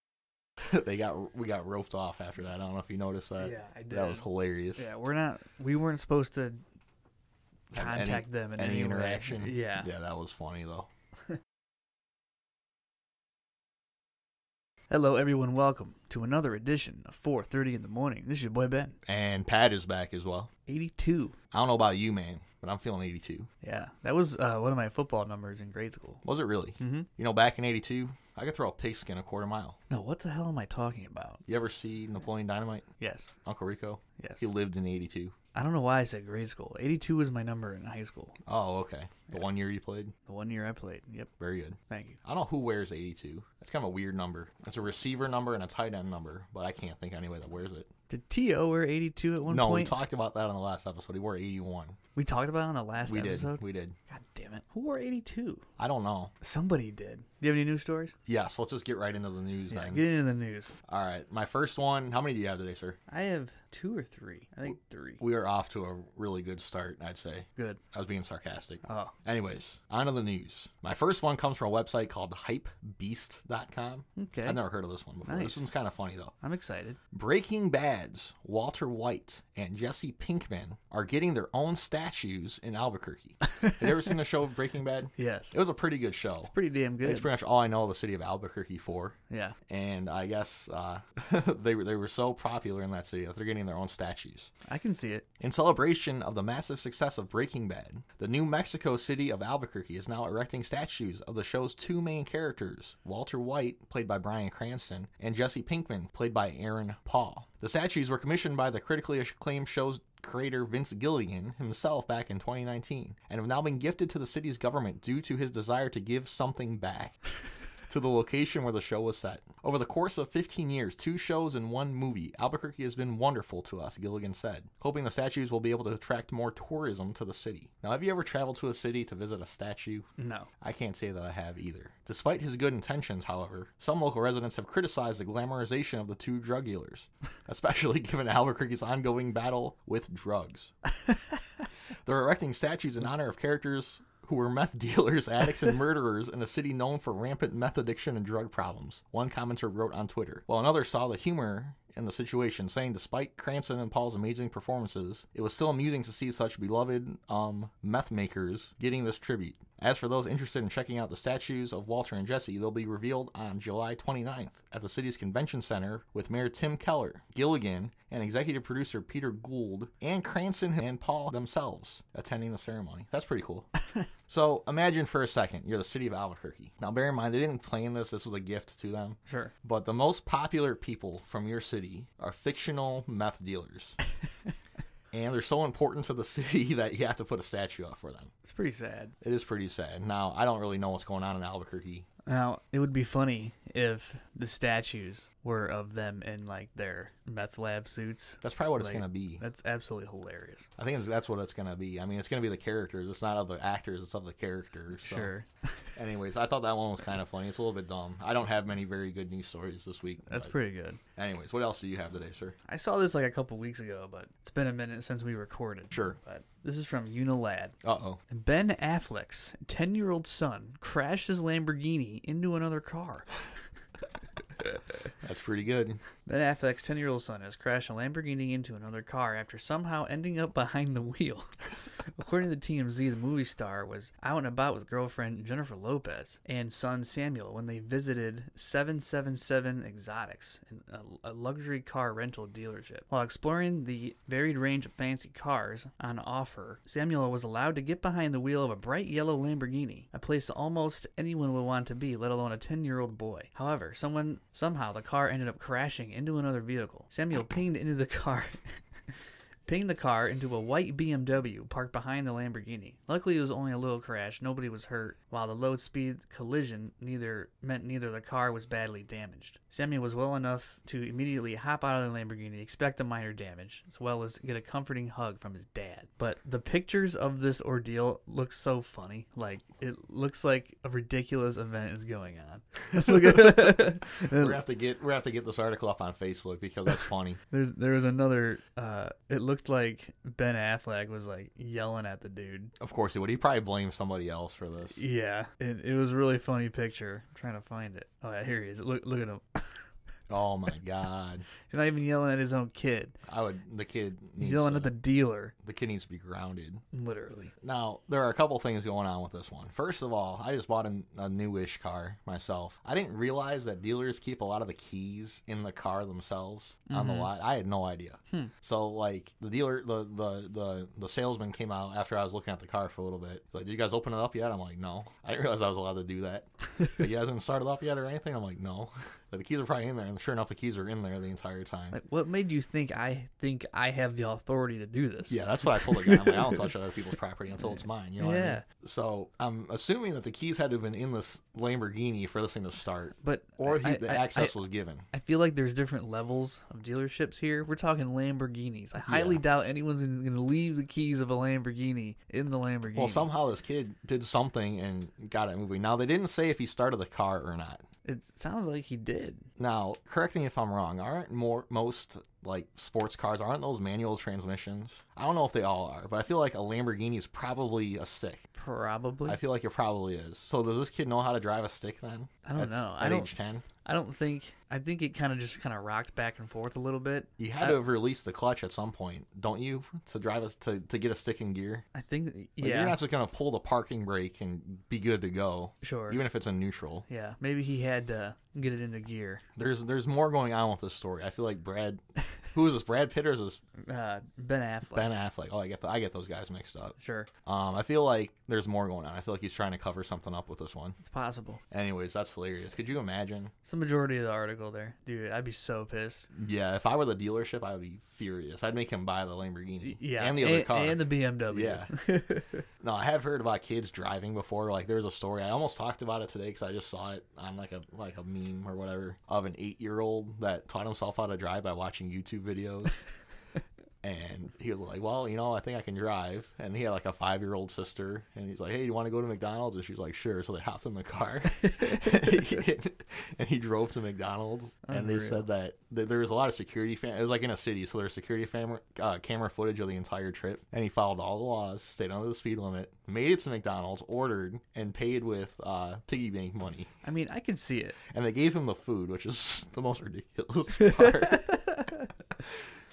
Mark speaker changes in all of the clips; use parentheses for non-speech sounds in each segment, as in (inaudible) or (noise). Speaker 1: (laughs) they got we got roped off after that. I don't know if you noticed that.
Speaker 2: Yeah, I
Speaker 1: That was
Speaker 2: did.
Speaker 1: hilarious.
Speaker 2: Yeah, we're not. We weren't supposed to
Speaker 1: Have any-
Speaker 2: contact them in
Speaker 1: any,
Speaker 2: any, way.
Speaker 1: interaction.
Speaker 2: (laughs) Yeah.
Speaker 1: Yeah, that was funny though.
Speaker 2: Hello, everyone. Welcome to another edition of 4:30 in the morning. This is your boy Ben.
Speaker 1: And Pat is back as well.
Speaker 2: 82.
Speaker 1: I don't know about you, man, but I'm feeling 82.
Speaker 2: Yeah, that was uh, one of my football numbers in grade school.
Speaker 1: Was it really?
Speaker 2: Mm-hmm.
Speaker 1: You know, back in '82, I could throw a pigskin a quarter mile.
Speaker 2: No, what the hell am I talking about?
Speaker 1: You ever see Napoleon Dynamite?
Speaker 2: Yes,
Speaker 1: Uncle Rico.
Speaker 2: yes.
Speaker 1: He lived in '82.
Speaker 2: I don't know why I said grade school. 82 was my number in high school.
Speaker 1: Oh, okay. The one year you played,
Speaker 2: The one year I played. Yep.
Speaker 1: very good.
Speaker 2: Thank you.
Speaker 1: I don't know who wears 82. That's kind of a weird number. It's a receiver number and a tight end number, but I can't think of anybody that wears it.
Speaker 2: Did T.O. wear 82 at one
Speaker 1: no,
Speaker 2: point?
Speaker 1: we talked about that on the last episode. He wore 81.
Speaker 2: We talked about it on the last
Speaker 1: we
Speaker 2: episode.
Speaker 1: did. We did.
Speaker 2: God damn it. Who wore 82?
Speaker 1: I don't know.
Speaker 2: Somebody did. Do you have any news stories?
Speaker 1: Yeah, so let's just get right into the news
Speaker 2: Yeah,
Speaker 1: then.
Speaker 2: get into the news.
Speaker 1: All right. My first one. How many do you have today, sir?
Speaker 2: I have two or three. I think three.
Speaker 1: We are off to a really good start, I'd say.
Speaker 2: Good.
Speaker 1: I was being sarcastic.
Speaker 2: Oh,
Speaker 1: Anyways, on to the news. My first one comes from a website called hypebeast.com.
Speaker 2: okay.
Speaker 1: I've never heard of this one before.
Speaker 2: Nice.
Speaker 1: This one's kind of funny, though.
Speaker 2: I'm excited.
Speaker 1: Breaking Bad's Walter White and Jesse Pinkman are getting their own statues in
Speaker 2: (laughs)
Speaker 1: Albuquerque. Have you ever seen the show Breaking Bad?
Speaker 2: Yes.
Speaker 1: It was a pretty good show.
Speaker 2: Pretty damn good.
Speaker 1: It's pretty much all I know of the city of Albuquerque for.
Speaker 2: yeah.
Speaker 1: And I guess uh, (laughs) they, were, they were so popular in that city that they're getting their own statues.
Speaker 2: I can see it.
Speaker 1: In celebration of the massive success of Breaking Bad, the New Mexico city of Albuquerque is now erecting statues of the show's two main characters, Walter White, played by Brian Cranston, and Jesse Pinkman, played by Aaron Paul. The statues were commissioned by the critically acclaimed show's creator Vince Gilligan himself back in 2019 and have now been gifted to the city's government due to his desire to give something back to the location where the show was set. Over the course of 15 years, two shows and one movie, Albuquerque has been wonderful to us, Gilligan said, hoping the statues will be able to attract more tourism to the city. Now, have you ever traveled to a city to visit a statue?
Speaker 2: No.
Speaker 1: I can't say that I have either. Despite his good intentions, however, some local residents have criticized the glamorization of the two drug dealers, (laughs) especially given Albuquerque's ongoing battle with drugs. They're erecting statues in honor of characters who were meth (laughs) dealers, addicts, and murderers in a city known for rampant meth addiction and drug problems, one commenter wrote on Twitter, while another saw the humor in the situation, saying despite Cranston and Paul's amazing performances, it was still amusing to see such beloved um, meth makers getting this tribute. As for those interested in checking out the statues of Walter and Jesse, they'll be revealed on July 29th at the city's convention center with Mayor Tim Keller, Gilligan, and executive producer Peter Gould, and Cranston and Paul themselves attending the ceremony. That's pretty cool. so imagine for a second you're the city of Albuquerque. Now, bear in mind, they didn't plan this, this was a gift to them.
Speaker 2: Sure.
Speaker 1: But the most popular people from your city are fictional meth
Speaker 2: (laughs)
Speaker 1: dealers. and they're so important to the city (laughs) that you have to put a statue up for them.
Speaker 2: It's pretty sad.
Speaker 1: It is pretty sad. Now, I don't really know what's going on in Albuquerque.
Speaker 2: Now, it would be funny if the statues were of them in like their meth lab suits.
Speaker 1: That's probably what it's
Speaker 2: Like-
Speaker 1: going to be.
Speaker 2: That's absolutely hilarious.
Speaker 1: I think it's, that's what it's going to be. I mean, it's going to be the characters. It's not of the actors, it's of the characters. So.
Speaker 2: Sure.
Speaker 1: Anyways, I thought that one was kind of funny. It's a little bit dumb. I don't have many very good news stories this week.
Speaker 2: That's
Speaker 1: but-
Speaker 2: pretty good.
Speaker 1: Anyways, what else do you have today, sir?
Speaker 2: I saw this like a couple weeks ago, but it's been a minute since we recorded.
Speaker 1: Sure.
Speaker 2: But this is from Unilad.
Speaker 1: Uh oh.
Speaker 2: Ben Affleck's 10 year old son crashed his Lamborghini into another car.
Speaker 1: That's pretty
Speaker 2: (laughs)
Speaker 1: good.
Speaker 2: Ben Affleck's 10 year old son has crashed a Lamborghini into another car after somehow ending up behind the wheel. According to TMZ, the movie star was out and about with girlfriend Jennifer Lopez and son Samuel when they visited 777 Exotics, an- a, a luxury car rental dealership. While exploring the varied range of fancy cars on offer, Samuel was allowed to get behind the wheel of a bright yellow Lamborghini, a place almost anyone would want to be, let alone a 10-year-old boy. However, someone somehow the car ended up crashing into another vehicle. Samuel pinged into the car pinged the car into a white BMW parked behind the Lamborghini. Luckily, it was only a little crash; nobody was hurt. While the low-speed collision neither meant neither the car was badly damaged. Samuel was well enough to immediately hop out of the Lamborghini, expect the minor damage, as well as get a comforting hug from his dad. But the pictures of this ordeal look so funny; like it looks like a ridiculous event is going on. (laughs) look
Speaker 1: We're gonna
Speaker 2: at
Speaker 1: have to get we're gonna have to get this article up on Facebook because that's funny.
Speaker 2: There's there was another. Uh, it looked like Ben Affleck was like yelling at the dude.
Speaker 1: of course he would. He probably blames somebody else for this.
Speaker 2: Yeah, it, it was a really funny picture. I'm trying to find it. Oh, yeah, here he is. Look look at him. (laughs)
Speaker 1: Oh my god.
Speaker 2: He's not even yelling at his own kid.
Speaker 1: I would the kid
Speaker 2: He's
Speaker 1: needs
Speaker 2: yelling
Speaker 1: to-
Speaker 2: at the dealer,
Speaker 1: the kid needs to be grounded.
Speaker 2: literally.
Speaker 1: Now, there are a couple things going on with this one. First of all, I just bought an, a newish car myself. I didn't realize that dealers keep a lot of the keys in the car themselves on the lot. I had no idea.
Speaker 2: Mm-hmm. Hmm.
Speaker 1: So, like, the dealer, the, the the the salesman came out after I was looking at the car for a little bit. He's Like, did you guys open it up yet? I'm like, no. I didn't realize I was allowed to do
Speaker 2: (laughs)
Speaker 1: that. like, you guys haven't started up yet or anything? I'm like, no. (laughs) But the keys are probably in there, and sure enough, the keys are in there the entire time.
Speaker 2: Like, what made you think I think I have the authority to do this?
Speaker 1: Yeah, that's what I told the guy. I'm like, I
Speaker 2: (laughs)
Speaker 1: don't touch other people's property until it's mine. You know what I
Speaker 2: Yeah.
Speaker 1: mean? So I'm assuming that the keys had to have been in this Lamborghini for this thing to start,
Speaker 2: But
Speaker 1: or he,
Speaker 2: I-
Speaker 1: the
Speaker 2: I- I-
Speaker 1: access was given.
Speaker 2: I feel like there's different levels of dealerships here. We're talking Lamborghinis. I highly doubt anyone's going to leave the keys of a Lamborghini in the Lamborghini.
Speaker 1: Well, somehow this kid did something and got it moving. Now they didn't say if he started the car or not.
Speaker 2: it sounds like he did.
Speaker 1: Now, correct me if I'm wrong. Aren't more most like sports cars aren't those manual transmissions? I don't know if they all are, but I feel like a Lamborghini is probably a stick.
Speaker 2: Probably.
Speaker 1: I
Speaker 2: I,
Speaker 1: feel like it probably is. So does this kid know how to drive a stick then?
Speaker 2: I don't
Speaker 1: At-
Speaker 2: know. I
Speaker 1: At
Speaker 2: don't-
Speaker 1: age ten.
Speaker 2: don't think. I think it kind of just kind of rocked back and forth a little bit.
Speaker 1: You had
Speaker 2: I-
Speaker 1: to have released the clutch at some point, don't you, to drive us to, to get a stick in gear?
Speaker 2: I think.
Speaker 1: Like,
Speaker 2: Yeah.
Speaker 1: You're not just gonna pull the parking brake and be good to go,
Speaker 2: sure.
Speaker 1: even if it's in neutral.
Speaker 2: yeah. Maybe he had to get it into gear.
Speaker 1: There's there's more going on with this story. I feel like Brad, who is this? Brad Pitt or is this
Speaker 2: Uh, Ben Affleck.
Speaker 1: Ben Affleck? Oh, I get the, I get those guys mixed up.
Speaker 2: Sure.
Speaker 1: Um, I feel like there's more going on. I feel like he's trying to cover something up with this one.
Speaker 2: It's possible.
Speaker 1: Anyways, that's hilarious. Could you imagine?
Speaker 2: It's the majority of the article there, dude. I'd be so pissed.
Speaker 1: Yeah, if I were the dealership, I would be furious. I'd make him buy the Lamborghini.
Speaker 2: Yeah.
Speaker 1: and the other
Speaker 2: and,
Speaker 1: car
Speaker 2: and the BMW. Yeah.
Speaker 1: No, I have heard about kids driving before. Like there was a story. I almost talked about it today because I just saw it on like a like a meme or whatever of an eight year old that taught himself how to drive by watching YouTube videos. and he was like, "Well, you know, I think I can drive." And he had like a five year old sister, and he's like, "Hey, you want to go to McDonald's?" And she's like, "Sure." So they hopped in the car, (laughs) and, he, and he drove to McDonald's. And they
Speaker 2: Unreal.
Speaker 1: said that th- there was a lot of security. Fam- it was like in a city, so there was security fam- uh, camera footage of the entire trip. And he followed all the laws, stayed under the speed limit, made it to McDonald's, ordered, and paid with uh, piggy bank money.
Speaker 2: (laughs) I mean, I could see it. (laughs)
Speaker 1: And they gave him the food, which is (laughs) the most ridiculous part.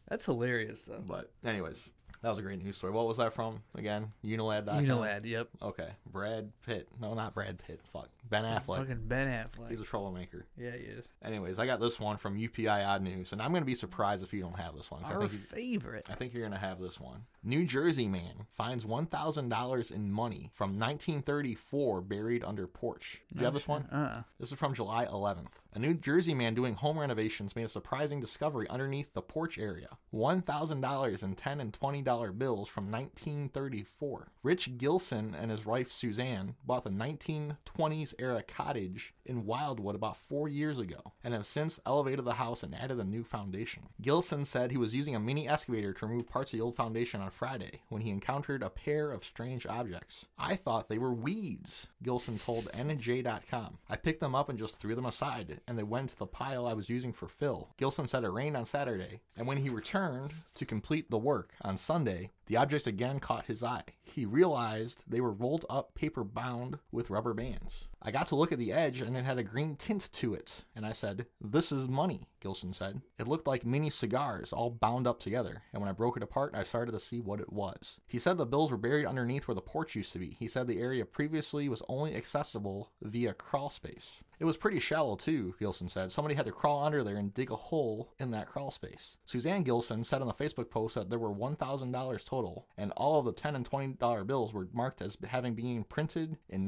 Speaker 2: That's hilarious, though.
Speaker 1: but anyways, that was a great news story. What was that from again? Unilad.com.
Speaker 2: You know, ad. Yep.
Speaker 1: Okay, Brad Pitt. No, not Brad Pitt. Fuck, Ben Affleck.
Speaker 2: Fucking Ben Affleck.
Speaker 1: He's a troublemaker.
Speaker 2: yeah, he is.
Speaker 1: Anyways, I got this one from UPI Odd News, and I'm gonna be surprised if you don't have this one. 'cause I
Speaker 2: Our
Speaker 1: think you,
Speaker 2: favorite.
Speaker 1: I think you're gonna have this one. New Jersey man finds one thousand dollars in money from 1934 buried under porch. Do you have this one?
Speaker 2: Uh,
Speaker 1: This is from July 11th. A New Jersey man doing home renovations made a surprising discovery underneath the porch area. $1,000 in 10 and $20 bills from 1934. Rich Gilson and his wife Suzanne bought the 1920s era cottage in Wildwood about four years ago and have since elevated the house and added a new foundation. Gilson said he was using a mini excavator to remove parts of the old foundation on Friday when he encountered a pair of strange objects. I thought they were weeds, Gilson told NJ.com. I picked them up and just threw them aside, and they went to the pile I was using for fill. Gilson said it rained on Saturday, and when he returned to complete the work on Sunday, the objects again caught his eye. He realized they were rolled up paper bound with rubber bands. I got to look at the edge and it had a green tint to it, and I said, This is money, Gilson said. It looked like mini cigars all bound up together, and when I broke it apart, I started to see what it was. He said the bills were buried underneath where the porch used to be. He said the area previously was only accessible via crawl space. It was pretty shallow, too, Gilson said. Somebody had to crawl under there and dig a hole in that crawl space. Suzanne Gilson said on the Facebook post that there were $1,000 total, and all of the 10 and $20 bills were marked as having been printed in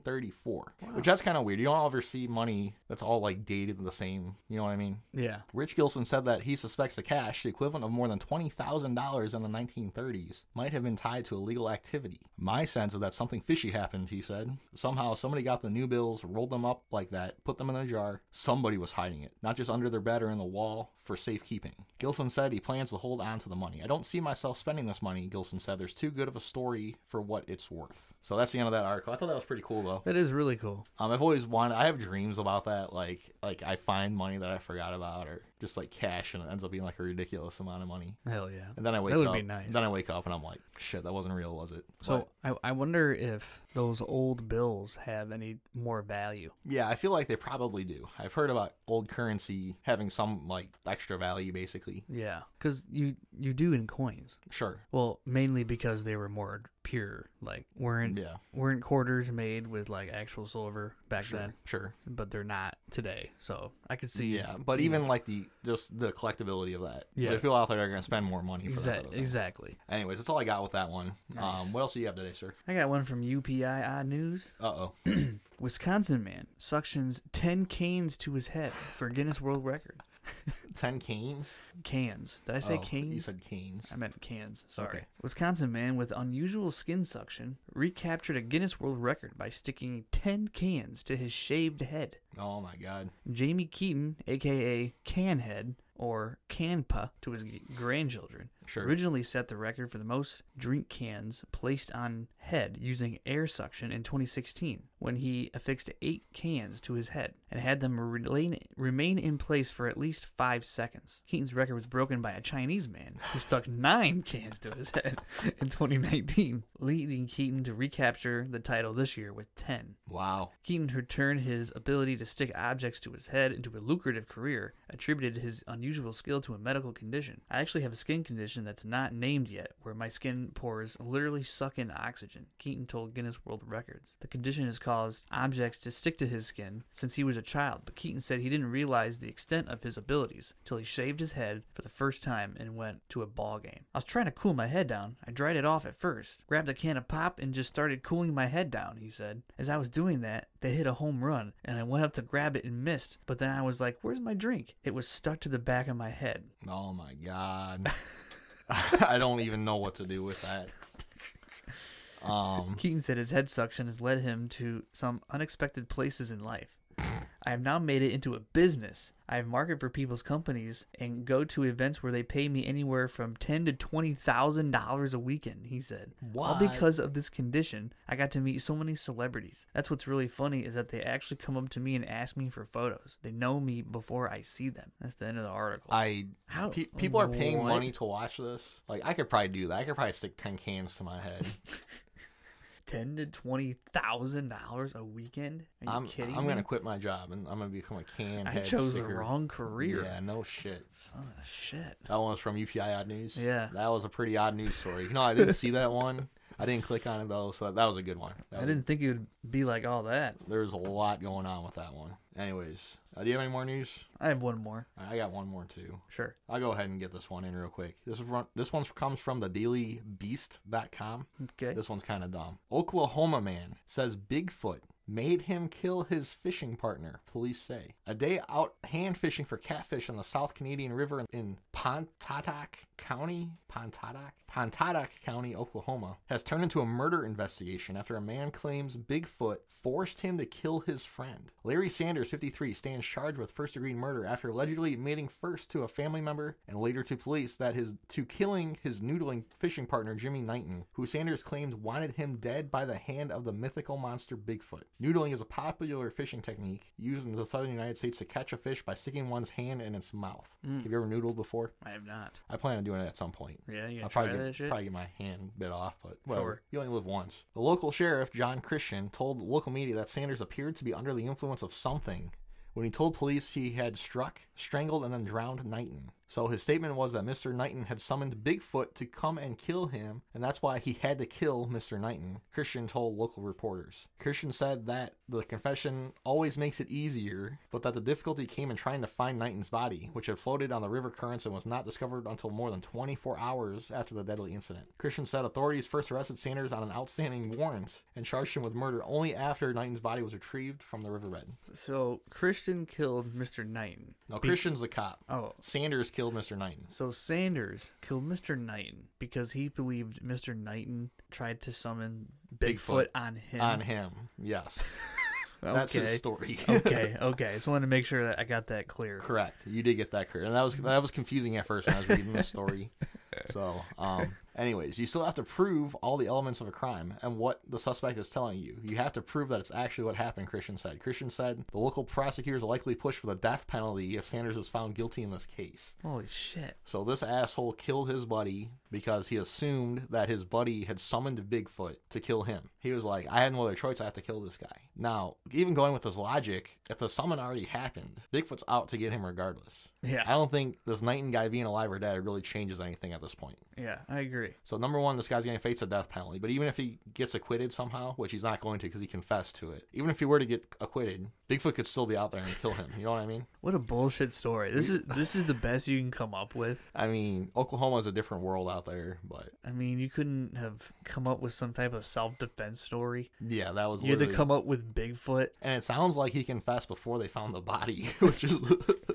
Speaker 1: 1934. Which that's kind of weird. You don't ever see money that's all like dated the same. You know what I mean?
Speaker 2: yeah.
Speaker 1: Rich Gilson said that he suspects the cash, the equivalent of more than $20,000 in the 1930s, might have been tied to illegal activity. My sense is that something fishy happened, he said. Somehow, somebody got the new bills, rolled them up like that, put them in a jar. Somebody was hiding it, not just under their bed or in the wall, for safekeeping. Gilson said he plans to hold on to the money. I don't see myself spending this money, Gilson said. There's too good of a story for what it's worth. So that's the end of that article. I thought that was pretty cool, though.
Speaker 2: That is really cool.
Speaker 1: Um, I've always wanted. I have dreams about that. Like, like I find money that I forgot about, or just like cash, and it ends up being like a ridiculous amount of money.
Speaker 2: Hell yeah.
Speaker 1: And then I wake
Speaker 2: would
Speaker 1: up.
Speaker 2: be nice.
Speaker 1: Then I wake up and I'm like, shit, that wasn't real, was it?
Speaker 2: So
Speaker 1: But,
Speaker 2: I, I wonder if those old bills have any more value.
Speaker 1: yeah, I feel like they probably do. I've heard about old currency having some like extra value, basically.
Speaker 2: Yeah, because you you do in coins.
Speaker 1: Sure.
Speaker 2: Well, mainly because they were more pure, like weren't
Speaker 1: Yeah.
Speaker 2: weren't quarters made with like actual silver back
Speaker 1: Sure.
Speaker 2: then,
Speaker 1: Sure.
Speaker 2: but they're not today. So I could see.
Speaker 1: Yeah, but even like the just the collectability of that.
Speaker 2: Yeah.
Speaker 1: There's people out there that are gonna spend more money for that. Sort of
Speaker 2: Exactly.
Speaker 1: thing.
Speaker 2: Exactly.
Speaker 1: Anyways, that's all I got with that one.
Speaker 2: Nice.
Speaker 1: Um, what else do you have today, sir?
Speaker 2: I got one from UPII News.
Speaker 1: Uh oh.
Speaker 2: Wisconsin man suctions 10 canes to his head for Guinness World Record.
Speaker 1: Ten canes.
Speaker 2: Cans. Did I say
Speaker 1: Oh,
Speaker 2: canes?
Speaker 1: You said canes.
Speaker 2: I meant cans. Sorry.
Speaker 1: Okay.
Speaker 2: Wisconsin man with unusual skin suction recaptured a Guinness World Record by sticking 10 cans to his shaved head.
Speaker 1: Oh my god.
Speaker 2: Jamie Keaton, aka Canhead or Canpa to his g- grandchildren,
Speaker 1: Sure.
Speaker 2: originally set the record for the most drink cans placed on head using air suction in 2016 when he affixed 8 cans to his head and had them remain, remain in place for at least 5 seconds. Keaton's record was broken by a Chinese man who stuck 9 cans to his head in 2019, leading Keaton to recapture the title this year with 10.
Speaker 1: Wow.
Speaker 2: Keaton, who turned his ability to stick objects to his head into a lucrative career, attributed his unusual skill to a medical condition. I actually have a skin condition that's not named yet, where my skin pores literally suck in oxygen, Keaton told Guinness World Records. The condition has caused objects to stick to his skin since he was a child, but Keaton said he didn't realize the extent of his abilities till he shaved his head for the first time and went to a ball game. I was trying to cool my head down. I dried it off at first, grabbed a can of pop, and just started cooling my head down, he said. As I was doing that, they hit a home run, and I went up to grab it and missed, but then I was like, Where's my drink? It was stuck to the back of my head.
Speaker 1: Oh my god.
Speaker 2: (laughs)
Speaker 1: (laughs) I don't even know what to do with that. Um.
Speaker 2: Keaton said his head suction has led him to some unexpected places in life. I have now made it into a business. I have marketed for people's companies and go to events where they pay me anywhere from ten to twenty thousand dollars a weekend. He said, "All
Speaker 1: What?
Speaker 2: because of this condition, I got to meet so many celebrities. That's what's really funny is that they actually come up to me and ask me for photos. They know me before I see them." That's the end of the article.
Speaker 1: I
Speaker 2: How-
Speaker 1: pe- people are paying
Speaker 2: what?
Speaker 1: money to watch this. Like I could probably do that. I could probably stick ten cans to my
Speaker 2: (laughs)
Speaker 1: head.
Speaker 2: ten to twenty thousand dollars a weekend? Are you
Speaker 1: I'm
Speaker 2: kidding
Speaker 1: I'm
Speaker 2: me?
Speaker 1: gonna quit my job and I'm gonna become a can.
Speaker 2: I
Speaker 1: head
Speaker 2: chose the
Speaker 1: sticker.
Speaker 2: wrong career.
Speaker 1: Yeah, no shit.
Speaker 2: Oh shit.
Speaker 1: That one was from UPI Odd News.
Speaker 2: Yeah.
Speaker 1: that was a pretty odd news story. No, I didn't see that one. I didn't click on it though, so that, that was a good one. That
Speaker 2: I
Speaker 1: was-
Speaker 2: didn't think it would be like all that.
Speaker 1: There was a lot going on with that one. Anyways, uh, do you have any more news?
Speaker 2: I have one more.
Speaker 1: I got one more too.
Speaker 2: Sure.
Speaker 1: I'll go ahead and get this one in real quick. This is run, this one comes from the dailybeast.com.
Speaker 2: Okay.
Speaker 1: This one's kind of dumb. Oklahoma man says Bigfoot made him kill his fishing partner, police say. A day out hand fishing for catfish on the South Canadian River in Pontotoc County, Pontotoc, Pontotoc County, Oklahoma, has turned into a murder investigation after a man claims Bigfoot forced him to kill his friend. Larry Sanders, 53, stands charged with first-degree murder after allegedly admitting first to a family member and later to police that his to killing his noodling fishing partner Jimmy Knighton, who Sanders claimed wanted him dead by the hand of the mythical monster Bigfoot. Noodling is a popular fishing technique used in the southern United States to catch a fish by sticking one's hand in its mouth. Have you ever noodled before?
Speaker 2: I have not.
Speaker 1: I plan on doing it at some point.
Speaker 2: Yeah, you
Speaker 1: I'll
Speaker 2: gonna try
Speaker 1: probably
Speaker 2: that
Speaker 1: get,
Speaker 2: shit?
Speaker 1: probably get my hand bit off, but whatever.
Speaker 2: Sure.
Speaker 1: You only live once. The local sheriff, John Christian, told local media that Sanders appeared to be under the influence of something when he told police he had struck, strangled, and then drowned Knighton. So his statement was that Mr. Knighton had summoned Bigfoot to come and kill him, and that's why he had to kill Mr. Knighton, Christian told local reporters. Christian said that the confession always makes it easier, but that the difficulty came in trying to find Knighton's body, which had floated on the river currents and was not discovered until more than 24 hours after the deadly incident. Christian said authorities first arrested Sanders on an outstanding warrant and charged him with murder only after Knighton's body was retrieved from the riverbed.
Speaker 2: So Christian killed Mr. Knighton.
Speaker 1: No, Christian's the cop.
Speaker 2: Oh.
Speaker 1: Sanders killed Mr. Knighton.
Speaker 2: So Sanders killed Mr. Knighton because he believed Mr. Knighton tried to summon
Speaker 1: Bigfoot.
Speaker 2: Bigfoot, on him.
Speaker 1: On him. Yes. That's
Speaker 2: okay. Oh,
Speaker 1: his story. (laughs)
Speaker 2: okay, okay. Just wanted to make sure that I got that clear.
Speaker 1: Correct. You did get that correct. And that was that was confusing at first when I was reading the story. So, um Anyways, you still have to prove all the elements of a crime and what the suspect is telling you. You have to prove that it's actually what happened, Christian said. Christian said the local prosecutors will likely push for the death penalty if Sanders is found guilty in this case.
Speaker 2: Holy shit.
Speaker 1: So this asshole killed his buddy because he assumed that his buddy had summoned Bigfoot to kill him. He was like, I had no other choice, I have to kill this guy. Now, even going with this logic, if the summon already happened, Bigfoot's out to get him regardless.
Speaker 2: Yeah.
Speaker 1: I don't think this Knighton guy being alive or dead really changes anything at this point.
Speaker 2: Yeah, I agree.
Speaker 1: So number one, this guy's going to face a death penalty. But even if he gets acquitted somehow, which he's not going to because he confessed to it, even if he were to get acquitted, Bigfoot could still be out there and kill him. You know what I mean?
Speaker 2: What a bullshit story. This is this is the best you can come up with.
Speaker 1: I mean, Oklahoma's a different world out there, but
Speaker 2: I mean, you couldn't have come up with some type of self defense story.
Speaker 1: yeah, that was
Speaker 2: You had to
Speaker 1: literally-
Speaker 2: come up with Bigfoot.
Speaker 1: And it sounds like he confessed before they found the body, (laughs) which is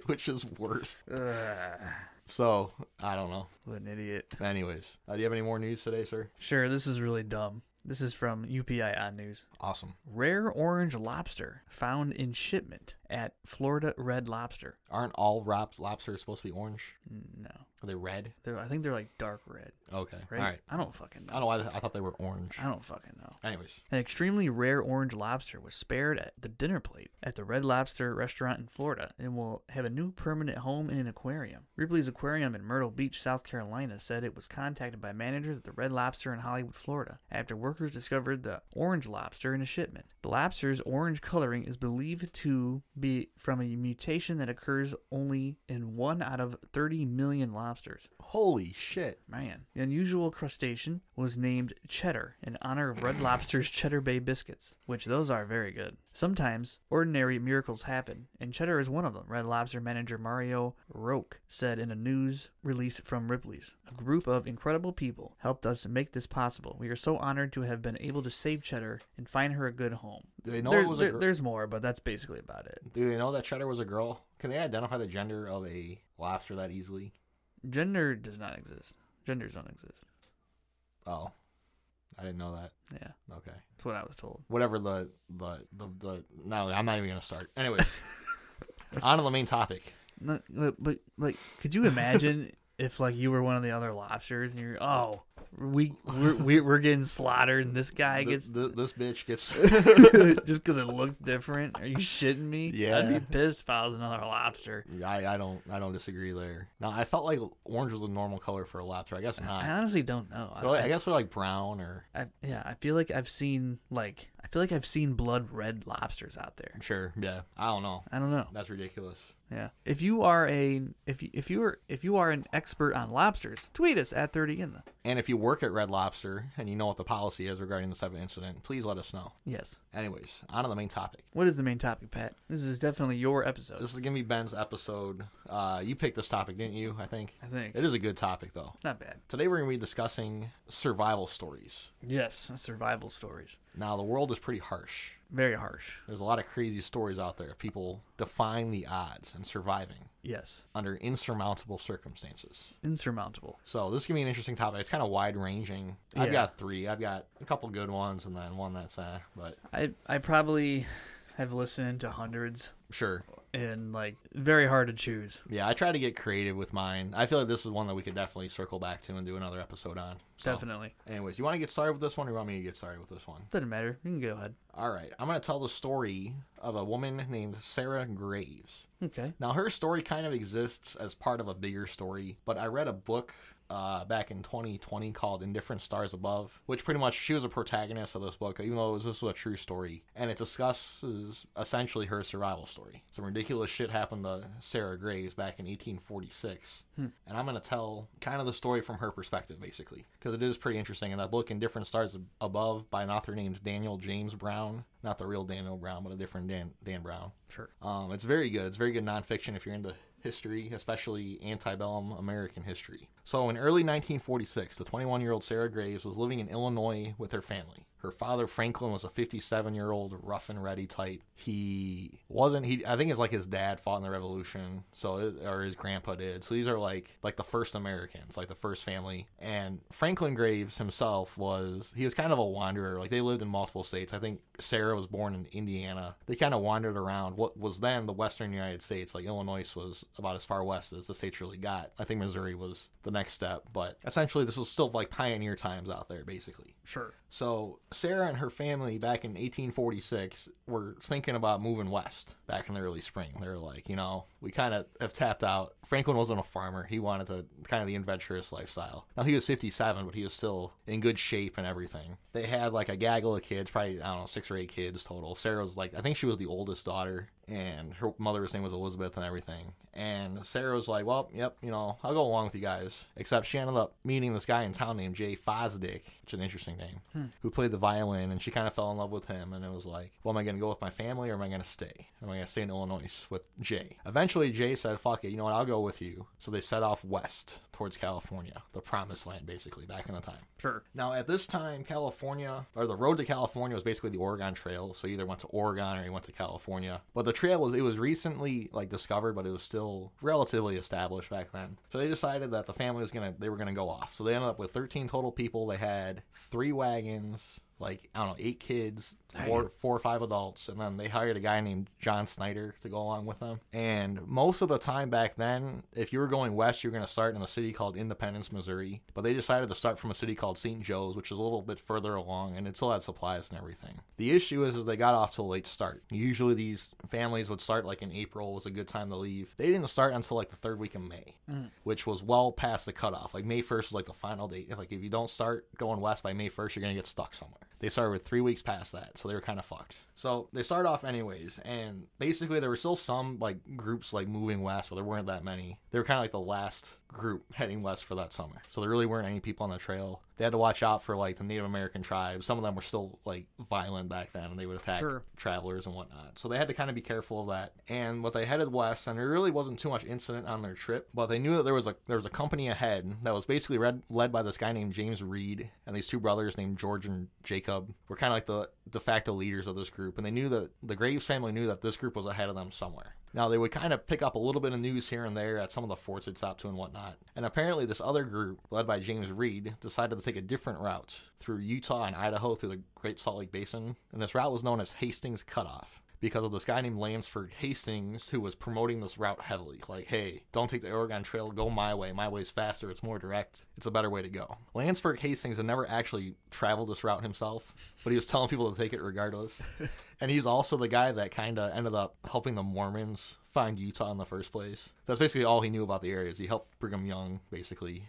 Speaker 1: which is worse.
Speaker 2: Ugh,
Speaker 1: So I don't know.
Speaker 2: what an idiot.
Speaker 1: Anyways, uh, do you have any more news today, sir?
Speaker 2: Sure, this is really dumb. This is from UPI on News.
Speaker 1: Awesome.
Speaker 2: Rare orange lobster found in shipment at Florida Red Lobster.
Speaker 1: Aren't all rob- lobsters supposed to be orange?
Speaker 2: No,
Speaker 1: Are they red?
Speaker 2: they're, I think they're like dark red,
Speaker 1: Okay.
Speaker 2: right?
Speaker 1: All right.
Speaker 2: I don't fucking
Speaker 1: I
Speaker 2: know.
Speaker 1: don't know why th- I thought they were orange.
Speaker 2: I don't fucking know.
Speaker 1: Anyways,
Speaker 2: An extremely rare orange lobster was spared at the dinner plate at the Red Lobster restaurant in Florida and will have a new permanent home in an aquarium. Ripley's Aquarium in Myrtle Beach, South Carolina said it was contacted by managers at the Red Lobster in Hollywood, Florida, after workers discovered the orange lobster in a shipment. The lobster's orange coloring is believed to be from a mutation that occurs only in one out of 30 million lobsters.
Speaker 1: holy shit.
Speaker 2: Man, the unusual crustacean was named cheddar in honor of Red Lobster's Cheddar Bay biscuits, which those are very good. Sometimes ordinary miracles happen, and cheddar is one of them, Red Lobster manager Mario Roque said in a news release from Ripley's. A group of incredible people helped us make this possible. We are so honored to have been able to save cheddar and find her a good home.
Speaker 1: Do they know
Speaker 2: There-
Speaker 1: it was a
Speaker 2: there-
Speaker 1: girl?
Speaker 2: there's more, but that's basically about it.
Speaker 1: Do they know that Cheddar was a girl? Can they identify the gender of a lobster that easily?
Speaker 2: Gender does not exist. Genders don't exist.
Speaker 1: Oh, I didn't know that.
Speaker 2: Yeah,
Speaker 1: Okay,
Speaker 2: that's what I was told.
Speaker 1: whatever the the the, the no, I'm not even gonna start.
Speaker 2: (laughs)
Speaker 1: Anyways, on to the main topic.
Speaker 2: No, but, but like, could
Speaker 1: (laughs)
Speaker 2: you imagine if like you were one of the other lobsters and you're oh we we're we, we're getting slaughtered and this guy
Speaker 1: Th-
Speaker 2: gets
Speaker 1: th- this bitch gets.
Speaker 2: (laughs) just because it looks different? Are you shitting me? I'd
Speaker 1: Yeah.
Speaker 2: be pissed if I was another lobster.
Speaker 1: I, I don't I don't disagree there. Now I felt like orange was a normal color for a lobster. I guess
Speaker 2: I
Speaker 1: not.
Speaker 2: honestly don't know. Uh, I,
Speaker 1: Well, I guess they're like brown or
Speaker 2: I, yeah, I feel like I've seen like I feel like I've seen blood red lobsters out there.
Speaker 1: sure. Yeah, I don't know.
Speaker 2: I don't know.
Speaker 1: That's ridiculous.
Speaker 2: Yeah. If you are a if you, if you are if you are an expert on lobsters, tweet us at thirty in the
Speaker 1: And if you work at Red Lobster and you know what the policy is regarding the seven incident, please let us know.
Speaker 2: yes.
Speaker 1: Anyways, on to the main topic.
Speaker 2: What is the main topic, Pat? This is definitely your episode.
Speaker 1: This is gonna be Ben's episode. Uh, you picked this topic, didn't you? I think
Speaker 2: I think.
Speaker 1: it is a good topic though.
Speaker 2: Not bad.
Speaker 1: Today we're gonna be discussing survival stories.
Speaker 2: Yes, survival stories.
Speaker 1: Now the world is pretty harsh.
Speaker 2: Very harsh.
Speaker 1: There's a lot of crazy stories out there of people defying the odds and surviving
Speaker 2: Yes.
Speaker 1: under insurmountable circumstances.
Speaker 2: Insurmountable.
Speaker 1: So this is gonna be an interesting topic. It's kind of wide ranging. I've
Speaker 2: Yeah.
Speaker 1: got three. I've got a couple good ones and then one that's uh, but
Speaker 2: I I probably have listened to hundreds
Speaker 1: sure.
Speaker 2: and like very hard to choose.
Speaker 1: Yeah, I try to get creative with mine. I feel like this is one that we could definitely circle back to and do another episode on. So,
Speaker 2: Definitely.
Speaker 1: Anyways, you want to get started with this one or you want me to get started with this one?
Speaker 2: Doesn't matter. You can go ahead.
Speaker 1: All right, I'm going to tell the story of a woman named Sarah Graves.
Speaker 2: Okay.
Speaker 1: Now, her story kind of exists as part of a bigger story, but I read a book uh, back in 2020 called Indifferent Stars Above, which pretty much she was a protagonist of this book, even though it was, this was a true story. And it discusses essentially her survival story. Some ridiculous shit happened to Sarah Graves back in 1846. And I'm going to tell kind of the story from her perspective, basically, because it is pretty interesting. In that book, Indifferent Stars Above, by an author named Daniel James Brown, not the real Daniel Brown, but a different Dan, Dan Brown.
Speaker 2: Sure.
Speaker 1: Um, it's very good. It's very good nonfiction if you're into history, especially antebellum American history. So, in early 1946, the 21 year old Sarah Graves was living in Illinois with her family. Her father Franklin was a 57 year old rough and ready type. He wasn't. He I think it's like his dad fought in the Revolution, so it, or his grandpa did. So these are like like the first Americans, like the first family. And Franklin Graves himself was he was kind of a wanderer. Like they lived in multiple states. I think Sarah was born in Indiana. They kind of wandered around what was then the Western United States. Like Illinois was about as far west as the states really got. I think Missouri was the next step, but essentially this was still like pioneer times out there, basically.
Speaker 2: Sure.
Speaker 1: So Sarah and her family back in 1846 were thinking about moving west back in the early spring. They were like, you know, we kind of have tapped out. Franklin wasn't a farmer. He wanted to kind of the adventurous lifestyle. Now he was 57, but he was still in good shape and everything. They had like a gaggle of kids, probably I don't know, six or eight kids total. Sarah was like, I think she was the oldest daughter and her mother's name was Elizabeth and everything. And Sarah was like, "Well, yep, you know, I'll go along with you guys." Except she ended up meeting this guy in town named Jay Fosdick, which is an interesting name, who played the violin, and she kind of fell in love with him. And it was like, "Well, am I going to go with my family, or am I going to stay? Am I going to stay in Illinois with Jay?" Eventually, Jay said, "Fuck it, you know what? I'll go with you." So they set off west towards California, the promised land, basically, back in the time.
Speaker 2: Sure.
Speaker 1: Now, at this time, California, or the road to California was basically the Oregon Trail. So you either went to Oregon or you went to California. But the trail was, it was recently like discovered, but it was still relatively established back then. So they decided that the family was going to, they were going to go off. So they ended up with 13 total people. They had three wagons, like, I don't know, eight kids, four, four or five adults. And then they hired a guy named John Snyder to go along with them. And most of the time back then, if you were going west, you were going to start in a city called Independence, Missouri. But they decided to start from a city called St. Joe's, which is a little bit further along, and it still had supplies and everything. The issue is, is they got off to a late start. Usually these families would start like in April was a good time to leave. They didn't start until like the third week of May, which was well past the cutoff. Like May 1st was like the final date. Like if you don't start going west by May 1st, you're going to get stuck somewhere. They started with three weeks past that, so they were kind of fucked. So they started off anyways, and basically there were still some like groups like moving west, but there weren't that many. They were kind of like the last group heading west for that summer. So there really weren't any people on the trail. They had to watch out for like the Native American tribes. Some of them were still like violent back then, and they would attack
Speaker 2: Sure.
Speaker 1: travelers and whatnot. So they had to kind of be careful of that. And what they headed west, and there really wasn't too much incident on their trip, but they knew that there was a there was a company ahead that was basically read, led by this guy named James Reed and these two brothers named George and Jacob were kind of like the de facto leaders of this group, and they knew that the Graves family knew that this group was ahead of them somewhere. Now they would kind of pick up a little bit of news here and there at some of the forts they'd stopped to and whatnot. And apparently, this other group, led by James Reed, decided to take a different route through Utah and Idaho through the Great Salt Lake Basin, and this route was known as Hastings Cutoff because of this guy named Lansford Hastings who was promoting this route heavily. Like, hey, don't take the Oregon Trail, go my way. My way's faster, it's more direct, it's a better way to go. Lansford Hastings had never actually traveled this route himself, but he was telling people to take it regardless. and he's also the guy that kind of ended up helping the Mormons find Utah in the first place. That's basically all he knew about the area is he helped Brigham Young basically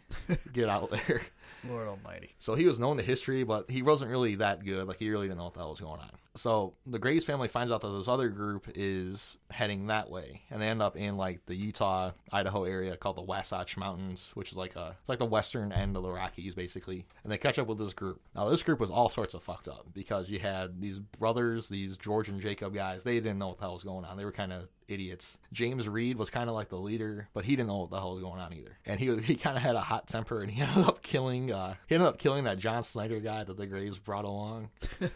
Speaker 1: get out there.
Speaker 2: Lord Almighty.
Speaker 1: So he was known to history, but he wasn't really that good. Like he really didn't know what the hell was going on. So the Graves family finds out that this other group is heading that way, and they end up in like the Utah, Idaho area called the Wasatch Mountains, which is like a it's like the western end of the Rockies basically. And they catch up with this group. Now this group was all sorts of fucked up because you had these brothers, these George and Jacob guys. They didn't know what the hell was going on. They were kind of idiots. James Reed was kind of like the leader, but he didn't know what the hell was going on either. And he was, (laughs) he kind of had a hot temper, and he (laughs) ended up killing uh, he ended up killing that John Snyder guy that the Graves brought along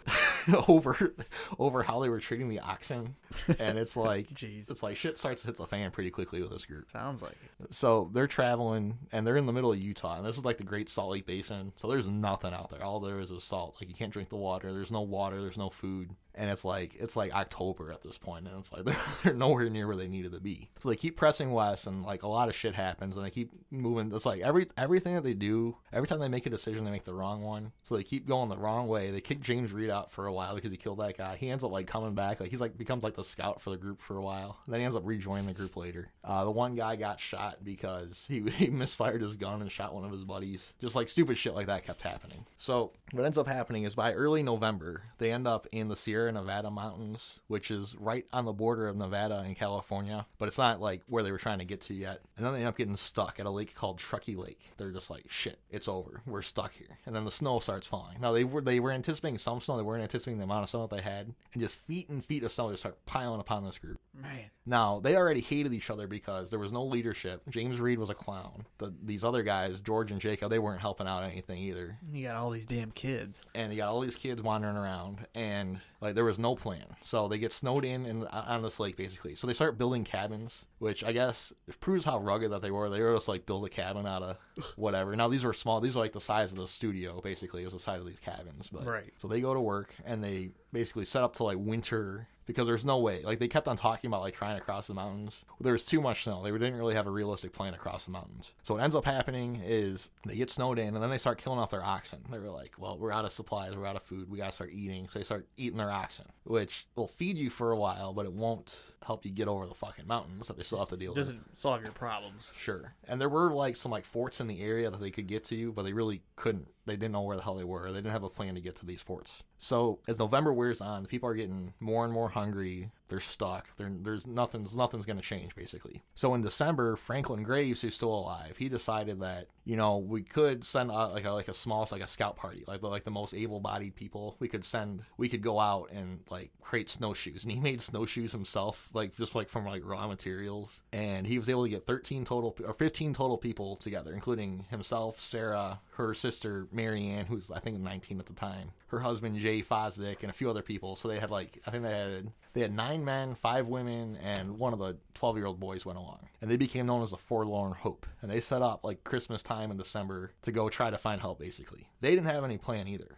Speaker 1: (laughs) over over how they were treating the oxen. And it's like
Speaker 2: Jeez.
Speaker 1: it's like shit starts to hit the fan pretty quickly with this group.
Speaker 2: Sounds like it.
Speaker 1: So they're traveling and they're in the middle of Utah, and this is like the Great Salt Lake Basin. So there's nothing out there. All there is is salt. Like you can't drink the water. There's no water. There's no food. And it's like it's like October at this point, and it's like (laughs) they're, they're nowhere near where they needed to be. So they keep pressing west, and like a lot of shit happens, and they keep moving. It's like every everything that they do, every time they make a decision, they make the wrong one. So they keep going the wrong way. They kick James Reed out for a while because he killed that guy. He ends up like coming back, like he's like becomes like the scout for the group for a while. Then he ends up rejoining the group later. Uh, the one guy got shot because he, (laughs) he misfired his gun and shot one of his buddies. Just like stupid shit like that kept happening. So what ends up happening is by early November, they end up in the Sierra Sierra Nevada mountains, which is right on the border of Nevada and California, but it's not like where they were trying to get to yet. And then they end up getting stuck at a lake called Truckee Lake. They're just like, shit, it's over. We're stuck here. And then the snow starts falling. Now they were they were anticipating some snow. They weren't anticipating the amount of snow that they had, and just feet and feet of snow just start piling upon this group.
Speaker 2: Man.
Speaker 1: Now, they already hated each other because there was no leadership. James Reed was a clown. The, these other guys, George and Jacob, they weren't helping out anything either.
Speaker 2: You got all these damn kids.
Speaker 1: And you got all these kids wandering around, and like there was no plan. So they get snowed in, in on this lake basically. So they start building cabins, which I guess proves how rugged that they were. They were just like build a cabin out of whatever. Now these were small. These are like the size of the studio basically. It was the size of these cabins. But
Speaker 2: Right.
Speaker 1: so they go to work and they basically set up to like winter because there's no way. Like they kept on talking about like trying to cross the mountains. There was too much snow. They didn't really have a realistic plan to cross the mountains. So what ends up happening is they get snowed in and then they start killing off their oxen. They were like, "Well, we're out of supplies. We're out of food. We gotta start eating." So they start eating their oxen, which will feed you for a while, but it won't help you get over the fucking mountains that they still have to deal with.
Speaker 2: Doesn't solve your problems.
Speaker 1: Sure. And there were like some like forts in the area that they could get to, but they really couldn't. They didn't know where the hell they were. They didn't have a plan to get to these forts. So as November wears on, the people are getting more and more hungry. They're stuck. They're, there's nothing's nothing's going to change basically. So in December, Franklin Graves, who's still alive, he decided that you know we could send out like a, like a small like a scout party, like the, like the most able-bodied people. We could send we could go out and like create snowshoes, and he made snowshoes himself, like just like from like raw materials. And he was able to get 13 total or 15 total people together, including himself, Sarah, her sister Marianne, who's I think 19 at the time, her husband Jay Fosdick, and a few other people. So they had like I think they had they had nine men, five women, and one of the 12 year old boys went along, and they became known as the Forlorn Hope. And they set up like Christmas time in December to go try to find help. Basically, they didn't have any plan either.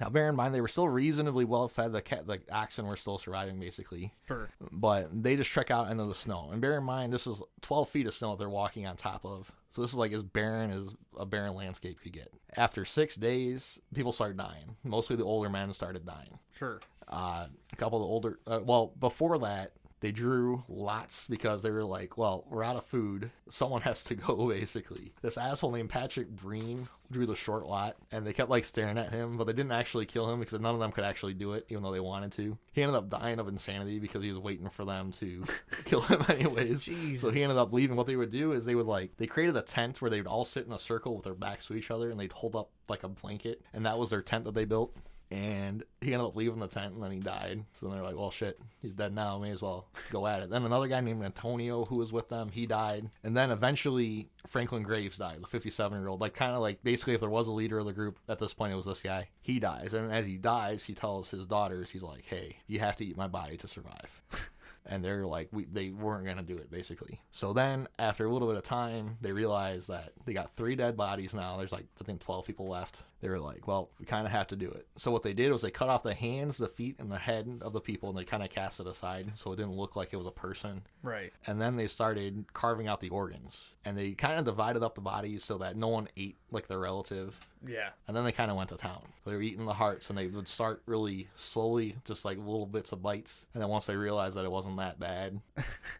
Speaker 1: Now, bear in mind, they were still reasonably well fed. The cat, the oxen were still surviving, basically
Speaker 2: Sure.
Speaker 1: but they just trek out into the snow. And bear in mind, this is 12 feet of snow that they're walking on top of. So this is like as barren as a barren landscape could get. After six days, people start dying. Mostly the older men started dying.
Speaker 2: Sure.
Speaker 1: Uh, a couple of the older, uh, well, before that, they drew lots because they were like, well, we're out of food. Someone has to go, (laughs) basically. This asshole named Patrick Breen drew the short lot, and they kept like staring at him, but they didn't actually kill him because none of them could actually do it, even though they wanted to. He ended up dying of insanity because he was waiting for them to (laughs) kill him, anyways. So he
Speaker 2: Jesus.
Speaker 1: ended up leaving. What they would do is they would like they created a tent where they would all sit in a circle with their backs to each other, and they'd hold up like a blanket, and that was their tent that they built. And he ended up leaving the tent, and then he died. So they're like, "Well, shit, he's dead now. May as well go at it." Then another guy named Antonio, who was with them, he died, and then eventually Franklin Graves died, the 57-year-old. Like, kind of like basically, if there was a leader of the group at this point, it was this guy. He dies, and as he dies, he tells his daughters, "He's like, hey, you have to eat my body to survive." (laughs) and they're like we, they weren't going to do it basically so then after a little bit of time they realized that they got three dead bodies now there's like i think 12 people left they were like well we kind of have to do it so what they did was they cut off the hands the feet and the head of the people and they kind of cast it aside so it didn't look like it was a person
Speaker 2: Right.
Speaker 1: and then they started carving out the organs and they kind of divided up the bodies so that no one ate like their relative
Speaker 2: Yeah.
Speaker 1: and then they kind of went to town. They were eating the hearts, and they would start really slowly, just like little bits of bites. And then once they realized that it wasn't that bad,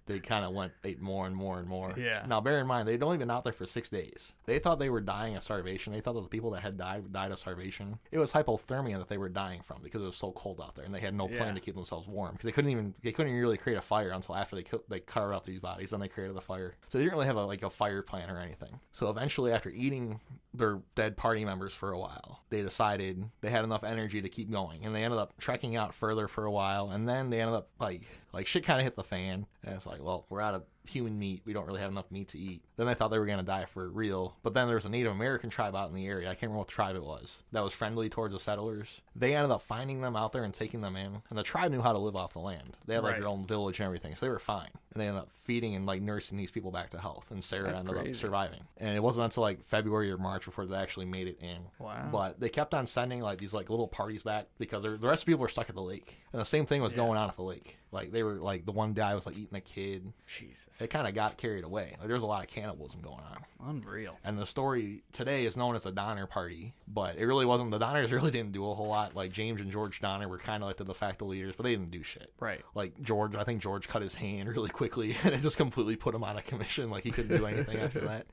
Speaker 1: they kind of went ate more and more and more.
Speaker 2: Yeah.
Speaker 1: Now bear in mind, they'd only been out there for six days. They thought they were dying of starvation. They thought that the people that had died died of starvation. It was hypothermia that they were dying from because it was so cold out there, and they had no plan
Speaker 2: Yeah.
Speaker 1: to keep themselves warm because they couldn't even they couldn't even really create a fire until after they co- they carved out these bodies and they created the fire. So they didn't really have a, like a fire plan or anything. So eventually, after eating their dead party members for a while, they decided they had enough energy to keep going, and they ended up trekking out further for a while, and then they ended up like like shit kind of hit the fan, and it's like, well, we're out of human meat. We don't really have enough meat to eat. Then they thought they were going to die for real. But then there was a Native American tribe out in the area. I can't remember what tribe it was that was friendly towards the settlers. They ended up finding them out there and taking them in. And the tribe knew how to live off the land. They had like
Speaker 2: Right.
Speaker 1: their own village and everything. So they were fine. And they ended up feeding and like nursing these people back to health. And Sarah
Speaker 2: That's
Speaker 1: ended up
Speaker 2: crazy.
Speaker 1: surviving. And it wasn't until like February or March before they actually made it in.
Speaker 2: Wow.
Speaker 1: But they kept on sending like these like little parties back because they're- the rest of the people were stuck at the lake. And the same thing was
Speaker 2: Yeah.
Speaker 1: going on at the lake. Like they were like the one guy was like eating a kid
Speaker 2: Jesus.
Speaker 1: it kind of got carried away. Like, there was a lot of cannibalism going on.
Speaker 2: Unreal.
Speaker 1: And the story today is known as the Donner Party, but it really wasn't. The Donners (laughs) really didn't do a whole lot. Like James and George Donner were kind of like the de facto leaders, but they didn't do shit.
Speaker 2: Right.
Speaker 1: Like George, I think George cut his hand (laughs) really quickly, and it just completely put him out of commission. Like he couldn't
Speaker 2: (laughs)
Speaker 1: do anything after that.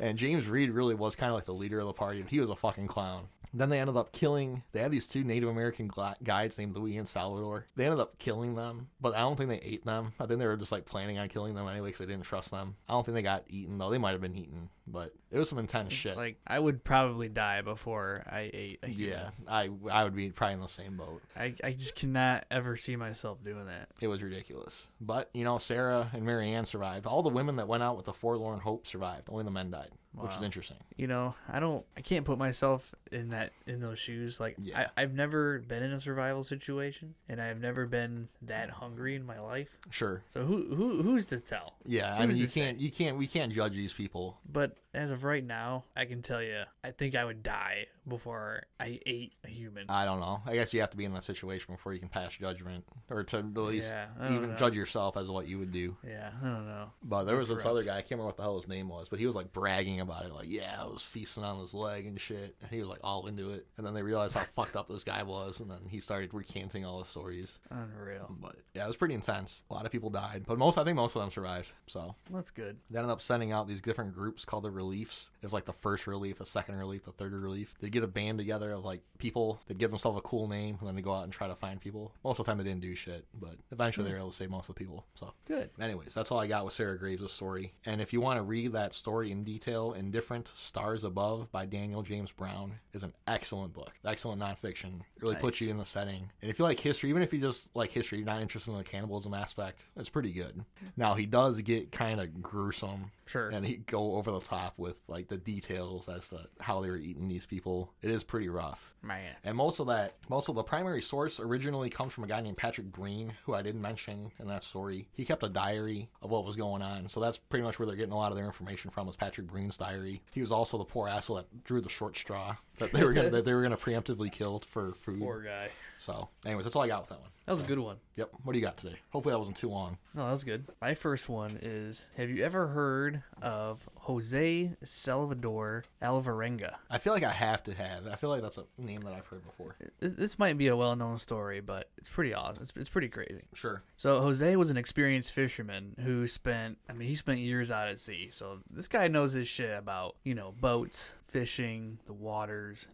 Speaker 1: And James Reed really was kind of like the leader of the party, and he was a fucking clown. Then they ended up killing. They had these two Native American gla- guides named Louis and Salvador. They ended up killing them, but I don't think they ate them. I think they were just like planning on killing them anyway because they didn't trust them. I don't think they got eaten though. They might have been eaten, but it was some intense shit.
Speaker 2: Like I would probably die before I ate. A human.
Speaker 1: yeah, I I would be probably in the same boat.
Speaker 2: I I just cannot ever see myself doing that.
Speaker 1: It was ridiculous. But, you know, Sarah and Mary Ann survived. All the women that went out with the forlorn hope survived. Only the men died, which is
Speaker 2: Wow.
Speaker 1: interesting.
Speaker 2: You know, I don't. I can't put myself in that in those shoes. Like
Speaker 1: Yeah.
Speaker 2: I, I've never been in a survival situation, and I've never been that hungry in my life.
Speaker 1: Sure.
Speaker 2: So who who who's to tell?
Speaker 1: Yeah, I
Speaker 2: Who's
Speaker 1: mean, you
Speaker 2: to say?
Speaker 1: can't, you can't, we can't judge these people.
Speaker 2: But as of right now, I can tell you, I think I would die before I ate a human.
Speaker 1: I don't know. I guess you have to be in that situation before you can pass judgment, or to at least
Speaker 2: Yeah, I don't
Speaker 1: even
Speaker 2: know.
Speaker 1: judge yourself as what you would do.
Speaker 2: yeah, I don't know.
Speaker 1: But there was this
Speaker 2: rough.
Speaker 1: other guy. I can't remember what the hell his name was, but he was like bragging about it, like, "Yeah, I was feasting on his leg and shit," and he was like all into it. And then they realized how (laughs) fucked up this guy was, and then he started recanting all his stories.
Speaker 2: Unreal.
Speaker 1: But yeah, it was pretty intense. A lot of people died, but most I think most of them survived. So
Speaker 2: That's good.
Speaker 1: they ended up sending out these different groups called the reliefs. It was like the first relief, the second relief, the third relief. They'd get a band together of like people. They'd give themselves a cool name, and then they go out and try to find people. Most of the time they didn't do shit, but eventually they were able to save most of the people. So
Speaker 2: Good.
Speaker 1: Anyways, that's all I got with Sarah Graves' story. And if you want to read that story in detail, Indifferent Stars Above by Daniel James Brown is an excellent book. Excellent nonfiction. It really puts
Speaker 2: Nice.
Speaker 1: you in the setting. And if you like history, even if you just like history, you're not interested in the cannibalism aspect, it's pretty good. Now, he does get kind of gruesome
Speaker 2: Sure.
Speaker 1: and he go over the top with like the details as to how they were eating these people. It is pretty rough.
Speaker 2: Man.
Speaker 1: And most of that, most of the primary source originally comes from a guy named Patrick Green, who I didn't mention in that story. He kept a diary of what was going on. So that's pretty much where they're getting a lot of their information from is Patrick Green's diary. He was also the poor asshole that drew the short straw that they were gonna, that they were going to preemptively kill for food.
Speaker 2: Poor guy.
Speaker 1: So, anyways, that's all I got with that one.
Speaker 2: That was a good one.
Speaker 1: Yep. What do you got today? Hopefully that wasn't too long.
Speaker 2: No, that was good. My first one is Have you ever heard of Jose Salvador Alvarenga?
Speaker 1: I feel like I have to have. I feel like that's a name that I've heard before.
Speaker 2: Th- This might be a well known story, but it's pretty awesome. It's, it's pretty crazy.
Speaker 1: Sure.
Speaker 2: So, Jose was an experienced fisherman who spent, I mean, he spent years out at sea. So, this guy knows his shit about, you know, boats, fishing, the waters,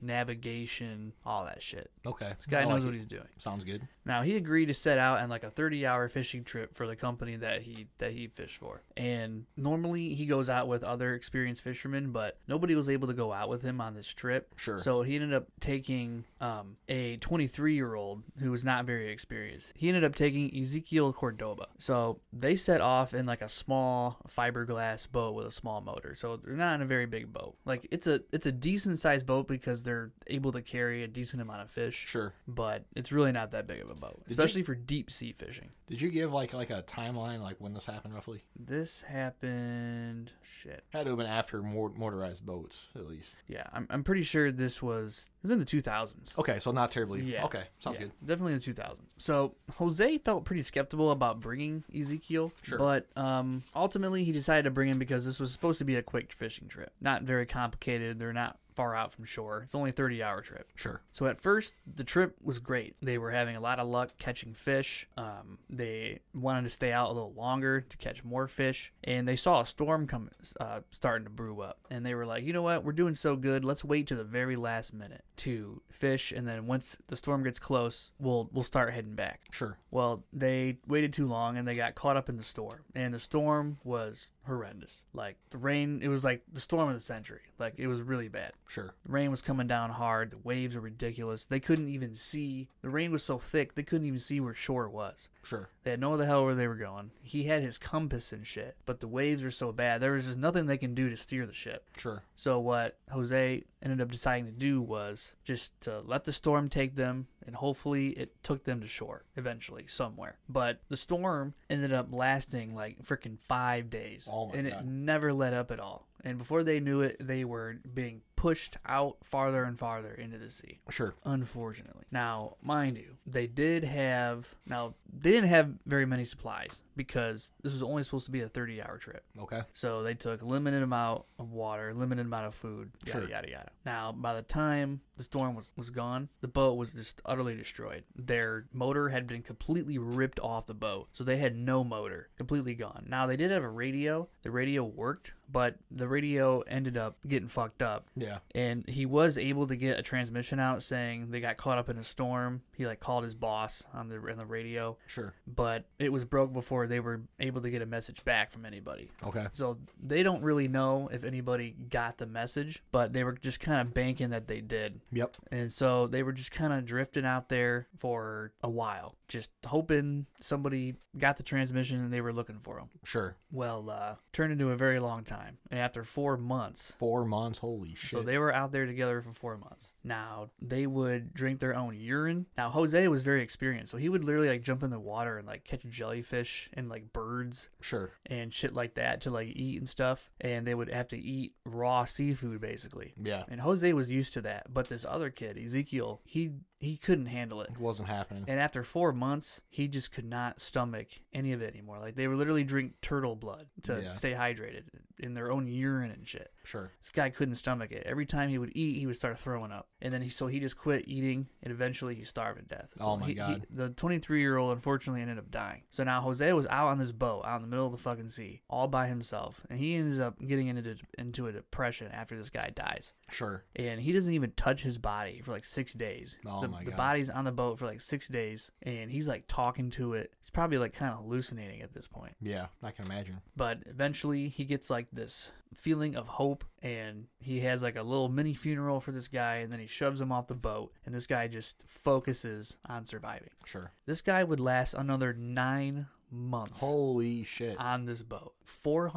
Speaker 2: navigation, all that shit.
Speaker 1: Okay.
Speaker 2: This guy
Speaker 1: I
Speaker 2: knows
Speaker 1: like
Speaker 2: what
Speaker 1: it.
Speaker 2: he's doing.
Speaker 1: Sounds good.
Speaker 2: Now he agreed to set out on like a 30-hour fishing trip for the company that he that he fished for. And normally he goes out with other experienced fishermen, but nobody was able to go out with him on this trip.
Speaker 1: Sure.
Speaker 2: So he ended up taking um, a 23-year-old who was not very experienced. He ended up taking Ezekiel Cordoba. So they set off in like a small fiberglass boat with a small motor. So they're not in a very big boat. Like it's a it's a decent sized boat because they're able to carry a decent amount of fish
Speaker 1: Sure.
Speaker 2: but it's really not that big of a boat,
Speaker 1: you-
Speaker 2: especially for deep sea fishing.
Speaker 1: Did you give like like a timeline like when this happened roughly?
Speaker 2: This happened. Shit.
Speaker 1: Had to have been after mor- motorized boats, at least.
Speaker 2: Yeah, I'm, I'm pretty sure this was it was in the 2000s.
Speaker 1: Okay, so not terribly.
Speaker 2: Yeah.
Speaker 1: Okay, sounds
Speaker 2: Yeah,
Speaker 1: good.
Speaker 2: Definitely in the 2000s. So Jose felt pretty skeptical about bringing Ezekiel,
Speaker 1: Sure.
Speaker 2: but um, ultimately he decided to bring him because this was supposed to be a quick fishing trip, not very complicated. They're not far out from shore. It's only a 30 hour trip.
Speaker 1: Sure.
Speaker 2: So at first, the trip was great. They were having a lot of luck catching fish. Um, they wanted to stay out a little longer to catch more fish, and they saw a storm coming, uh, starting to brew up. And they were like, you know what? We're doing so good. Let's wait to the very last minute to fish, and then once the storm gets close, we'll we'll start heading back.
Speaker 1: Sure.
Speaker 2: Well, they waited too long and they got caught up in the storm. And the storm was horrendous. Like the rain, it was like the storm of the century. Like it was really bad.
Speaker 1: Sure.
Speaker 2: The rain was coming down hard. The waves were ridiculous. They couldn't even see. The rain was so thick they couldn't even see where shore was.
Speaker 1: Sure.
Speaker 2: They had no the hell where they were going. He had his compass and shit, but the waves were so bad there was just nothing they can do to steer the ship.
Speaker 1: Sure.
Speaker 2: So what Jose ended up deciding to do was just to let the storm take them, and hopefully it took them to shore eventually somewhere. But the storm ended up lasting like freaking five days,
Speaker 1: Oh my
Speaker 2: and
Speaker 1: God.
Speaker 2: it never let up at all. And before they knew it, they were being pushed out farther and farther into the sea
Speaker 1: Sure.
Speaker 2: unfortunately. Now, mind you, they did have now they didn't have very many supplies because this was only supposed to be a 30 hour trip.
Speaker 1: Okay.
Speaker 2: So they took limited amount of water, limited amount of food, yada
Speaker 1: Sure.
Speaker 2: yada yada. Now, by the time the storm was, was gone, the boat was just utterly destroyed. Their motor had been completely ripped off the boat, so they had no motor, completely gone. Now they did have a radio. The radio worked, but the radio ended up getting fucked up
Speaker 1: Yeah.
Speaker 2: and he was able to get a transmission out saying they got caught up in a storm. He like called his boss on the on the radio,
Speaker 1: Sure.
Speaker 2: but it was broke before they were able to get a message back from anybody.
Speaker 1: Okay.
Speaker 2: So they don't really know if anybody got the message, but they were just kind of banking that they did.
Speaker 1: Yep.
Speaker 2: And so they were just kind of drifting out there for a while, just hoping somebody got the transmission and they were looking for them.
Speaker 1: Sure.
Speaker 2: Well, uh, turned into a very long time. And after four months,
Speaker 1: Four months. Holy shit.
Speaker 2: so they were out there together for four months. Now they would drink their own urine. Now Jose was very experienced, so he would literally like jump in the water and like catch jellyfish and like birds
Speaker 1: sure.
Speaker 2: and shit like that to like eat and stuff. And they would have to eat raw seafood basically.
Speaker 1: Yeah.
Speaker 2: And Jose was used to that, but this other kid, Ezekiel, he he couldn't handle it.
Speaker 1: It wasn't happening.
Speaker 2: And after four months, he just could not stomach any of it anymore. Like they would literally drink turtle blood to
Speaker 1: Yeah.
Speaker 2: stay hydrated in their own urine and shit.
Speaker 1: Sure.
Speaker 2: This guy couldn't stomach it. Every time he would eat, he would start throwing up, and then he so he just quit eating, and eventually he starved to death. So
Speaker 1: Oh my
Speaker 2: he- he-
Speaker 1: God.
Speaker 2: the 23 year old unfortunately ended up dying. So now Jose was out on this boat, out in the middle of the fucking sea, all by himself, and he ends up getting into into a depression after this guy dies.
Speaker 1: Sure.
Speaker 2: And he doesn't even touch his body for like six days.
Speaker 1: Oh
Speaker 2: the,
Speaker 1: my
Speaker 2: the
Speaker 1: God.
Speaker 2: body's on the boat for like six days, and he's like talking to it. He's probably like kind of hallucinating at this point
Speaker 1: Yeah. I can imagine.
Speaker 2: but eventually he gets like this feeling of hope and he has like a little mini funeral for this guy and then he shoves him off the boat and this guy just focuses on surviving
Speaker 1: Sure.
Speaker 2: this guy would last another nine months
Speaker 1: Holy shit.
Speaker 2: on this boat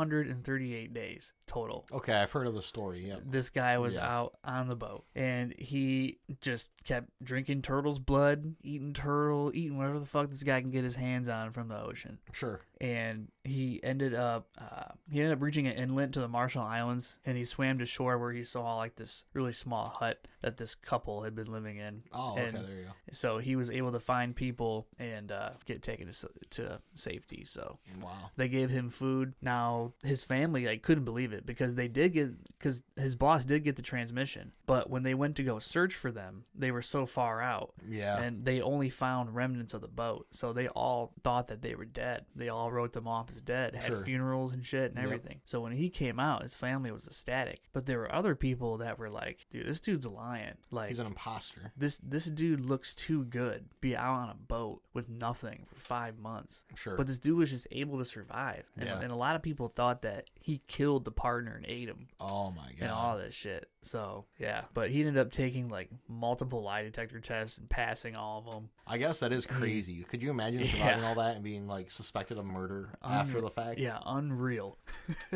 Speaker 2: 438 days total
Speaker 1: Okay. I've heard of the story. Yeah.
Speaker 2: this guy was
Speaker 1: Yeah.
Speaker 2: out on the boat and he just kept drinking turtle's blood eating turtle eating whatever the fuck this guy can get his hands on from the ocean
Speaker 1: Sure.
Speaker 2: and he ended up uh, he ended up reaching an inlet to the Marshall Islands, and he swam to shore where he saw like this really small hut that this couple had been living in.
Speaker 1: Oh,
Speaker 2: And-
Speaker 1: okay. There you go.
Speaker 2: So he was able to find people and uh, get taken to, s- to safety. So
Speaker 1: Wow.
Speaker 2: they gave him food. Now his family like couldn't believe it because they did get because his boss did get the transmission, but when they went to go search for them, they were so far out
Speaker 1: Yeah.
Speaker 2: and they only found remnants of the boat. So they all thought that they were dead. They all wrote them off as dead, had
Speaker 1: Sure.
Speaker 2: funerals and shit and
Speaker 1: Yep.
Speaker 2: everything. So when he came out, his family was ecstatic. But there were other people that were like, dude, this dude's lying. Like,
Speaker 1: He's an imposter.
Speaker 2: this this dude looks too good to be out on a boat with nothing for five months.
Speaker 1: Sure.
Speaker 2: But this dude was just able to survive. And,
Speaker 1: Yeah.
Speaker 2: and a lot of people thought that he killed the partner and ate him
Speaker 1: oh my god.
Speaker 2: and all this shit. So, yeah. But he ended up taking like multiple lie detector tests and passing all of them.
Speaker 1: I guess that is crazy. Could you imagine
Speaker 2: Mm. (laughs) Yeah. Mm.
Speaker 1: surviving all that and being like suspected of murder after the fact?
Speaker 2: Yeah, unreal. (laughs)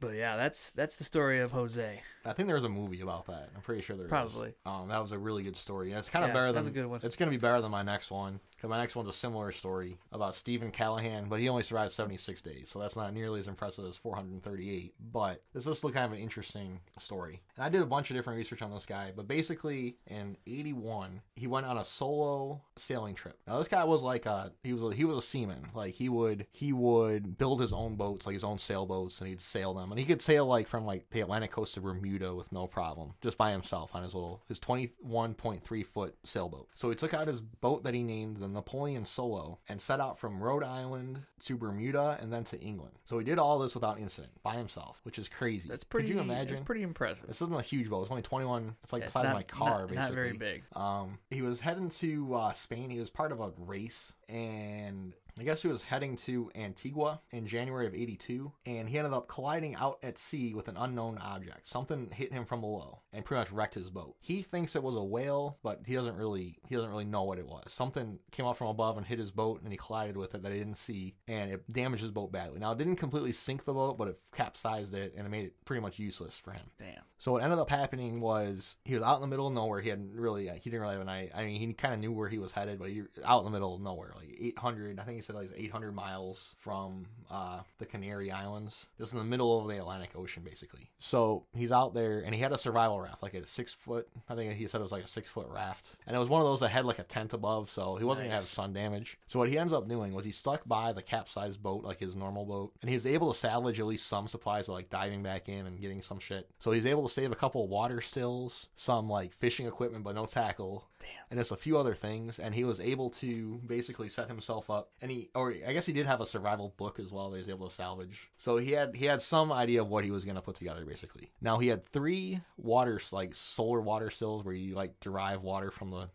Speaker 2: but yeah, that's that's the story of Jose.
Speaker 1: I think there was a movie about that. I'm pretty sure there is.
Speaker 2: Probably.
Speaker 1: Um, that was a really good story. And it's kind of
Speaker 2: Yeah,
Speaker 1: better than
Speaker 2: that's a good one.
Speaker 1: It's gonna be better than my next one because my next one's a similar story about Stephen Callahan, but he only survived 76 days, so that's not nearly as impressive as 438. But this is still kind of an interesting story. And I did a bunch of different research on this guy, but basically in 81 he went on a solo sailing trip. Now this guy was like a he was a, he was a seaman. Like he would he would build his own boats, like his own sailboats, and he'd sail them. And he could sail like from like the Atlantic coast to Bermuda with no problem, just by himself on his little his 21.3 foot sailboat. So he took out his boat that he named the Napoleon Solo and set out from Rhode Island to Bermuda and then to England. So he did all this without incident by himself, which is crazy.
Speaker 2: That's pretty.
Speaker 1: Could you
Speaker 2: that's
Speaker 1: imagine?
Speaker 2: pretty impressive.
Speaker 1: This isn't a huge boat. It's only 21. It's like the
Speaker 2: Yeah, it's
Speaker 1: size
Speaker 2: not-
Speaker 1: of my car,
Speaker 2: not-
Speaker 1: basically.
Speaker 2: not very big.
Speaker 1: Um, he was heading to uh, Spain. He was part of a race, and I guess he was heading to Antigua in January of 82. And he ended up colliding out at sea with an unknown object. Something hit him from below and pretty much wrecked his boat. He thinks it was a whale, but he doesn't really he doesn't really know what it was. Something came up from above and hit his boat, and he collided with it that he didn't see, and it damaged his boat badly. Now it didn't completely sink the boat, but it capsized it, and it made it pretty much useless for him.
Speaker 2: Damn.
Speaker 1: So what ended up happening was he was out in the middle of nowhere. He hadn't really he didn't really have an idea. I mean, he kind of knew where he was headed, but he out in the middle of nowhere, like 800. I think he said like 800 miles from uh, the Canary Islands. Just in the middle of the Atlantic Ocean, basically. So he's out there, and he had a survival raft, like a six foot. I think he said it was like a six foot raft, and it was one of those that had like a tent above, so he wasn't gonna have
Speaker 2: Nice.
Speaker 1: sun damage. So what he ends up doing was he stuck by the capsized boat, like his normal boat, and he was able to salvage at least some supplies by like diving back in and getting some shit. So he's able to save a couple water stills, some like fishing equipment, but no tackle,
Speaker 2: Damn.
Speaker 1: and just a few other things. And he was able to basically set himself up. And he, or I guess he did have a survival book as well. That he was able to salvage. So he had he had some idea of what he was going to put together. Basically, now he had three water like solar water sills where you like derive water from the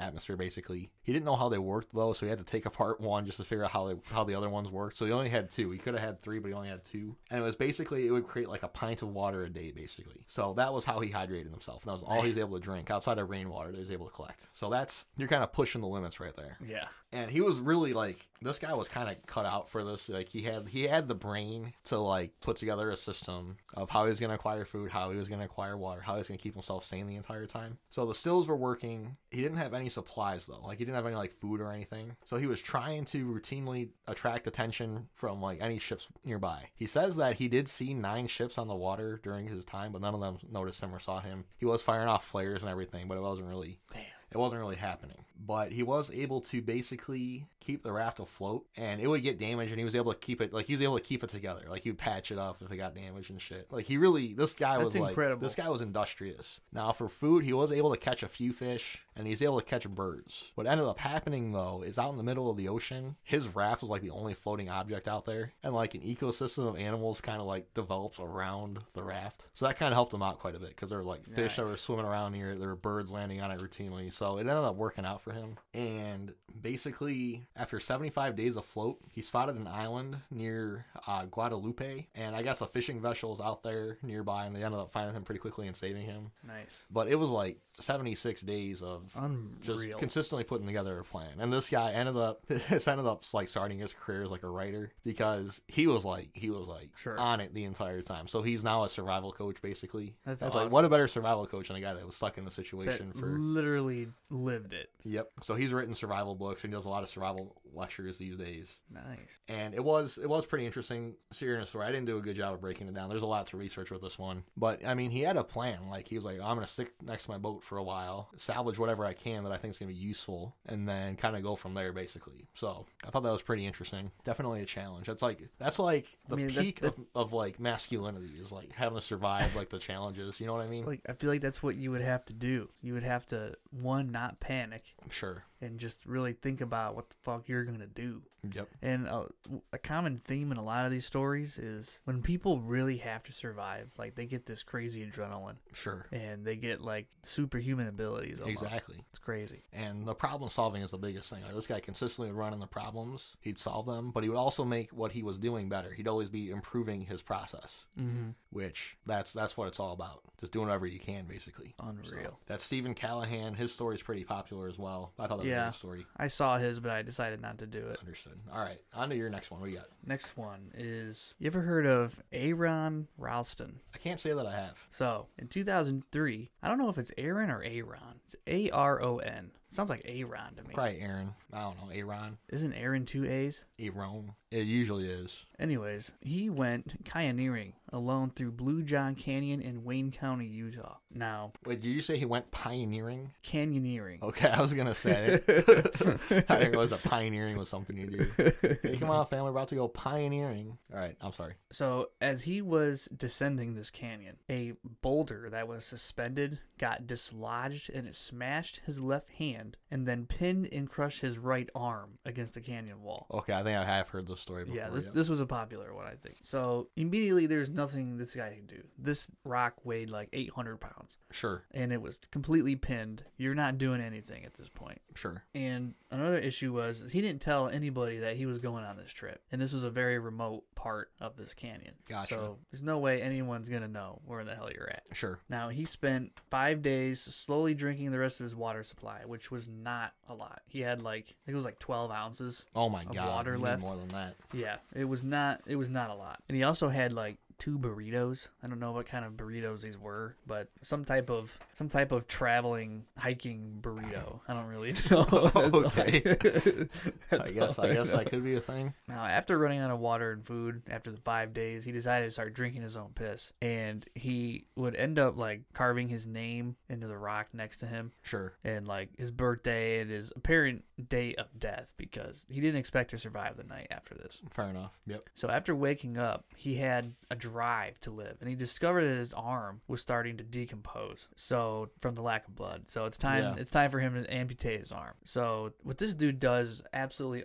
Speaker 1: atmosphere basically he didn't know how they worked though so he had to take (laughs) apart one just to figure out how they how the other ones worked so he only had two he could have had three but he only had two and it was basically it would create like a pint of water a day basically so that was how he hydrated himself and that was all he was able to drink outside of rainwater that he was able to collect so that's you're kind of pushing the limits right there
Speaker 2: Yeah.
Speaker 1: and he was really like this guy was kind of cut out for this like he had he had the brain to like put together a system of how he was going to acquire food how he was going to acquire water how he was going to keep himself sane the entire time so the stills were working he didn't have any supplies though like he didn't have any like food or anything so he was trying to routinely attract attention from like any ships nearby he says that he did see nine ships on the water during his time but none of them noticed him or saw him he was firing off flares and everything but it wasn't really
Speaker 2: Damn.
Speaker 1: it wasn't really happening. But he was able to basically keep the raft afloat, and it would get damaged, and he was able to keep it like he was able to keep it together. Like he would patch it up if it got damaged and shit. Like he really, this guy
Speaker 2: That's
Speaker 1: was
Speaker 2: incredible.
Speaker 1: like this guy was industrious. Now for food, he was able to catch a few fish, and he was able to catch birds. What ended up happening though is out in the middle of the ocean, his raft was like the only floating object out there, and like an ecosystem of animals kind of like develops around the raft. So that kind of helped him out quite a bit because there were like fish that
Speaker 2: Nice.
Speaker 1: were swimming around near it. There were birds landing on it routinely. So it ended up working out for him. And basically, after 75 days afloat, he spotted an island near uh, Guadalupe. And I guess a fishing vessel was out there nearby. And they ended up finding him pretty quickly and saving him.
Speaker 2: Nice.
Speaker 1: But it was like 76 days of just
Speaker 2: Unreal.
Speaker 1: consistently putting together a plan. And this guy ended up (laughs) this ended up like starting his career as like a writer because he was like he was like
Speaker 2: Sure.
Speaker 1: on it the entire time. So he's now a survival coach basically.
Speaker 2: That's
Speaker 1: like what a better survival coach than a guy that was stuck in the
Speaker 2: that
Speaker 1: situation for
Speaker 2: literally lived it.
Speaker 1: Yep. So he's written survival books and he does a lot of survival lectures these days.
Speaker 2: Nice.
Speaker 1: And it was it was pretty interesting serious story. I didn't do a good job of breaking it down. There's a lot to research with this one. But I mean he had a plan. Like he was like, I'm gonna stick next to my boat for a while, salvage whatever I can that I think is gonna be useful, and then kinda go from there basically. So I thought that was pretty interesting. Definitely a challenge. That's like that's like the
Speaker 2: mean, that-
Speaker 1: peak Of, of like masculinity is like having to survive like the challenges. You know what I mean?
Speaker 2: Like I feel like that's what you would have to do. You would have to one not panic
Speaker 1: sure.
Speaker 2: and just really think about what the fuck you're gonna do.
Speaker 1: Yep.
Speaker 2: And a, a common theme in a lot of these stories is when people really have to survive, like they get this crazy adrenaline
Speaker 1: Sure.
Speaker 2: and they get like superhuman abilities. Almost.
Speaker 1: Exactly.
Speaker 2: It's crazy.
Speaker 1: And the problem solving is the biggest thing. Like this guy consistently would run into problems, he'd solve them, but he would also make what he was doing better. He'd always be improving his process,
Speaker 2: Mm-hmm.
Speaker 1: which that's that's what it's all about. Just doing whatever you can, basically. So,
Speaker 2: Unreal.
Speaker 1: that's Stephen Callahan. His story's pretty popular as well. I thought that was a
Speaker 2: Yeah.
Speaker 1: good story.
Speaker 2: I saw his, but I decided not to do it.
Speaker 1: Understood. All right, on to your next one. What do you got?
Speaker 2: Next one is you ever heard of Aaron Ralston?
Speaker 1: I can't say that I have.
Speaker 2: So in 2003, I don't know if it's Aaron or Aaron. It's A R O N. Sounds like Aaron to me.
Speaker 1: Probably Aaron. I don't know. Aaron.
Speaker 2: Isn't Aaron two A's?
Speaker 1: Aaron. It usually is.
Speaker 2: Anyways, he went pioneering alone through Blue John Canyon in Wayne County, Utah. Now,
Speaker 1: Wait, did you say he went pioneering?
Speaker 2: canyoneering.
Speaker 1: Okay, I was gonna
Speaker 2: (laughs)
Speaker 1: say. I didn't realize that pioneering was something you do. Hey, come on, fam, we're about to go pioneering. All right, I'm sorry.
Speaker 2: So, as he was descending this canyon, a boulder that was suspended got dislodged and it smashed his left hand and then pinned and crushed his right arm against the canyon wall.
Speaker 1: Okay, I think I have heard this story before.
Speaker 2: Yeah, this,
Speaker 1: yep.
Speaker 2: this was a popular one, I think. So immediately, there's nothing this guy can do. This rock weighed like 800 pounds,
Speaker 1: sure,
Speaker 2: and it was completely pinned. You're not doing anything at this point.
Speaker 1: sure.
Speaker 2: And another issue was is he didn't tell anybody that he was going on this trip, and this was a very remote part of this canyon.
Speaker 1: Gotcha.
Speaker 2: So there's no way anyone's gonna know where the hell you're at.
Speaker 1: Sure.
Speaker 2: Now he spent five days slowly drinking the rest of his water supply, which was not a lot. He had like I think it was like 12 ounces
Speaker 1: Oh my
Speaker 2: Of
Speaker 1: god.
Speaker 2: water
Speaker 1: you need
Speaker 2: left.
Speaker 1: more than that.
Speaker 2: yeah, it was not it was not a lot. And he also had like two burritos. I don't know what kind of burritos these were, but some type of some type of traveling hiking burrito. I don't really (laughs)
Speaker 1: (laughs)
Speaker 2: know. That's all
Speaker 1: Okay.
Speaker 2: (laughs) (laughs) That's
Speaker 1: I guess
Speaker 2: all
Speaker 1: I guess
Speaker 2: know.
Speaker 1: that could be a thing.
Speaker 2: Now, after running out of water and food after the five days, he decided to start drinking his own piss. And he would end up like carving his name into the rock next to him
Speaker 1: Sure.
Speaker 2: and like his birthday and his apparent day of death because he didn't expect to survive the night after this.
Speaker 1: Fair enough. Yep.
Speaker 2: So after waking up, he had a drive to live and he discovered that his arm was starting to decompose. So from the lack of blood. So it's time
Speaker 1: Yeah.
Speaker 2: it's time for him to amputate his arm. So what this dude does is absolutely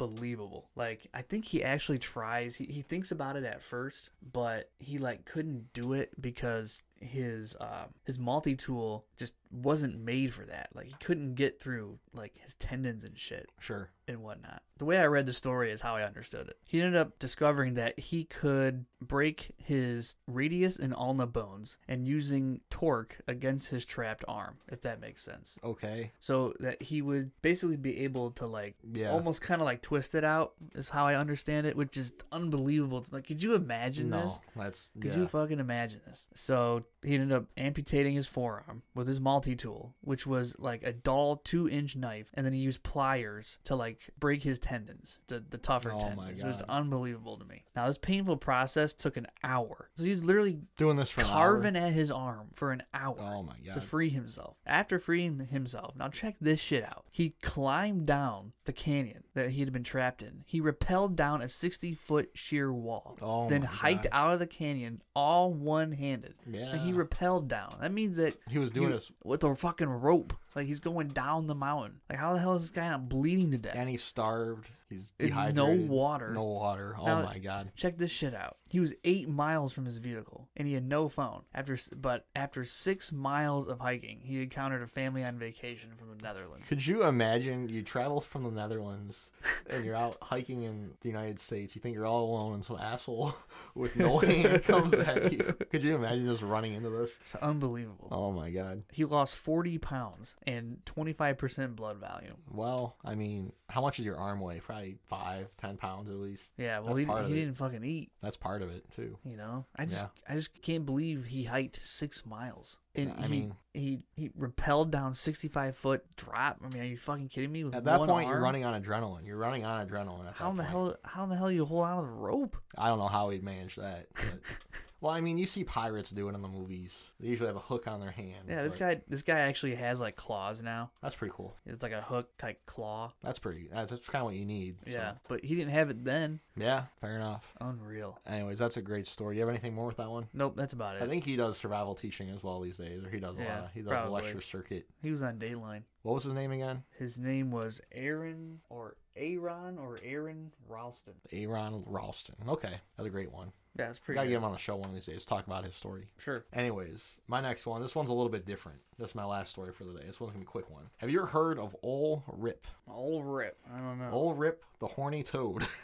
Speaker 2: unbelievable. Like I think he actually tries he, he thinks about it at first, but he like couldn't do it because his um his multi tool just wasn't made for that. Like he couldn't get through like his tendons and shit
Speaker 1: Sure.
Speaker 2: and whatnot. The way I read the story is how I understood it. He ended up discovering that he could break his radius and ulna bones and using torque against his trapped arm, if that makes sense.
Speaker 1: Okay.
Speaker 2: So that he would basically be able to like
Speaker 1: Yeah.
Speaker 2: almost kind of like twist it out is how I understand it, which is unbelievable. Like, could you imagine this?
Speaker 1: No, that's
Speaker 2: Could
Speaker 1: yeah.
Speaker 2: you fucking imagine this? So he ended up amputating his forearm with his multi tool, which was like a dull two inch knife, and then he used pliers to like break his tendons, the, the tougher
Speaker 1: Oh my
Speaker 2: tendons. It was
Speaker 1: God.
Speaker 2: unbelievable to me. Now this painful process took an hour. So he's literally
Speaker 1: doing this for an hour?
Speaker 2: carving at his arm for an hour
Speaker 1: Oh my
Speaker 2: to
Speaker 1: god.
Speaker 2: free himself. After freeing himself, now check this shit out. He climbed down the canyon that he had been trapped in. He rappelled down a 60 foot sheer wall,
Speaker 1: Oh
Speaker 2: then
Speaker 1: my
Speaker 2: hiked
Speaker 1: God.
Speaker 2: out of the canyon all one handed. And he
Speaker 1: Yeah.
Speaker 2: rappelled down. That means that
Speaker 1: he was doing
Speaker 2: you-
Speaker 1: this
Speaker 2: with a fucking rope. Like he's going down the mountain. Like how the hell is this guy not bleeding to death?
Speaker 1: and he's starved. He's
Speaker 2: And no
Speaker 1: dehydrated.
Speaker 2: water.
Speaker 1: No water. Oh
Speaker 2: Now-
Speaker 1: my god.
Speaker 2: Check this shit out. He was eight miles from his vehicle, and he had no phone. After, but after six miles of hiking, he encountered a family on vacation from the Netherlands.
Speaker 1: Could you imagine you travel from the Netherlands and you're out hiking in the United States? You think you're all alone, and some asshole (laughs) with no hand comes at you. Could you imagine just running into this?
Speaker 2: It's unbelievable.
Speaker 1: Oh my god.
Speaker 2: He lost 40 pounds and 25% blood volume.
Speaker 1: Well, I mean, how much does your arm weigh? Probably five, ten pounds at least.
Speaker 2: Yeah, well,
Speaker 1: That's
Speaker 2: he,
Speaker 1: part of
Speaker 2: he
Speaker 1: it.
Speaker 2: didn't fucking eat.
Speaker 1: That's part of it too.
Speaker 2: You know, I just
Speaker 1: Yeah.
Speaker 2: I just can't believe he hiked six miles and
Speaker 1: I
Speaker 2: he,
Speaker 1: mean-
Speaker 2: he he rappelled down sixty five foot drop. I mean, are you fucking kidding me? With
Speaker 1: At that
Speaker 2: one
Speaker 1: point, you're
Speaker 2: arm?
Speaker 1: running on adrenaline. You're running on adrenaline. At
Speaker 2: How
Speaker 1: that
Speaker 2: in the
Speaker 1: point.
Speaker 2: hell? How in the hell you hold on to the rope?
Speaker 1: I don't know how he'd manage that. But, (laughs) well, I mean, you see pirates do it in the movies. They usually have a hook on their hand.
Speaker 2: Yeah, this
Speaker 1: but
Speaker 2: guy this guy actually has like claws now.
Speaker 1: That's pretty cool.
Speaker 2: It's like a hook type claw.
Speaker 1: That's pretty. That's, that's kind of what you need. so.
Speaker 2: Yeah, but he didn't have it then.
Speaker 1: Yeah. Fair enough.
Speaker 2: Unreal.
Speaker 1: Anyways, that's a great story. You have anything more with that one?
Speaker 2: Nope, that's about it.
Speaker 1: I think he does survival teaching as well these days, or he does a
Speaker 2: Yeah,
Speaker 1: lot. Of, he does
Speaker 2: probably.
Speaker 1: a lecture circuit.
Speaker 2: he was on Dateline.
Speaker 1: What was his name again?
Speaker 2: His name was Aaron or Aaron or Aaron Ralston.
Speaker 1: Aaron Ralston. Okay, that's a great one.
Speaker 2: Yeah, that's
Speaker 1: We
Speaker 2: pretty.
Speaker 1: gotta
Speaker 2: good.
Speaker 1: get him on the show one of these days. Talk about his story.
Speaker 2: Sure.
Speaker 1: Anyways, my next one. This one's a little bit different. That's my last story for the day. This one's gonna be a quick one. Have you ever heard of Ol Rip?
Speaker 2: Old rip. I don't know.
Speaker 1: Ol Rip, the horny toad. (laughs)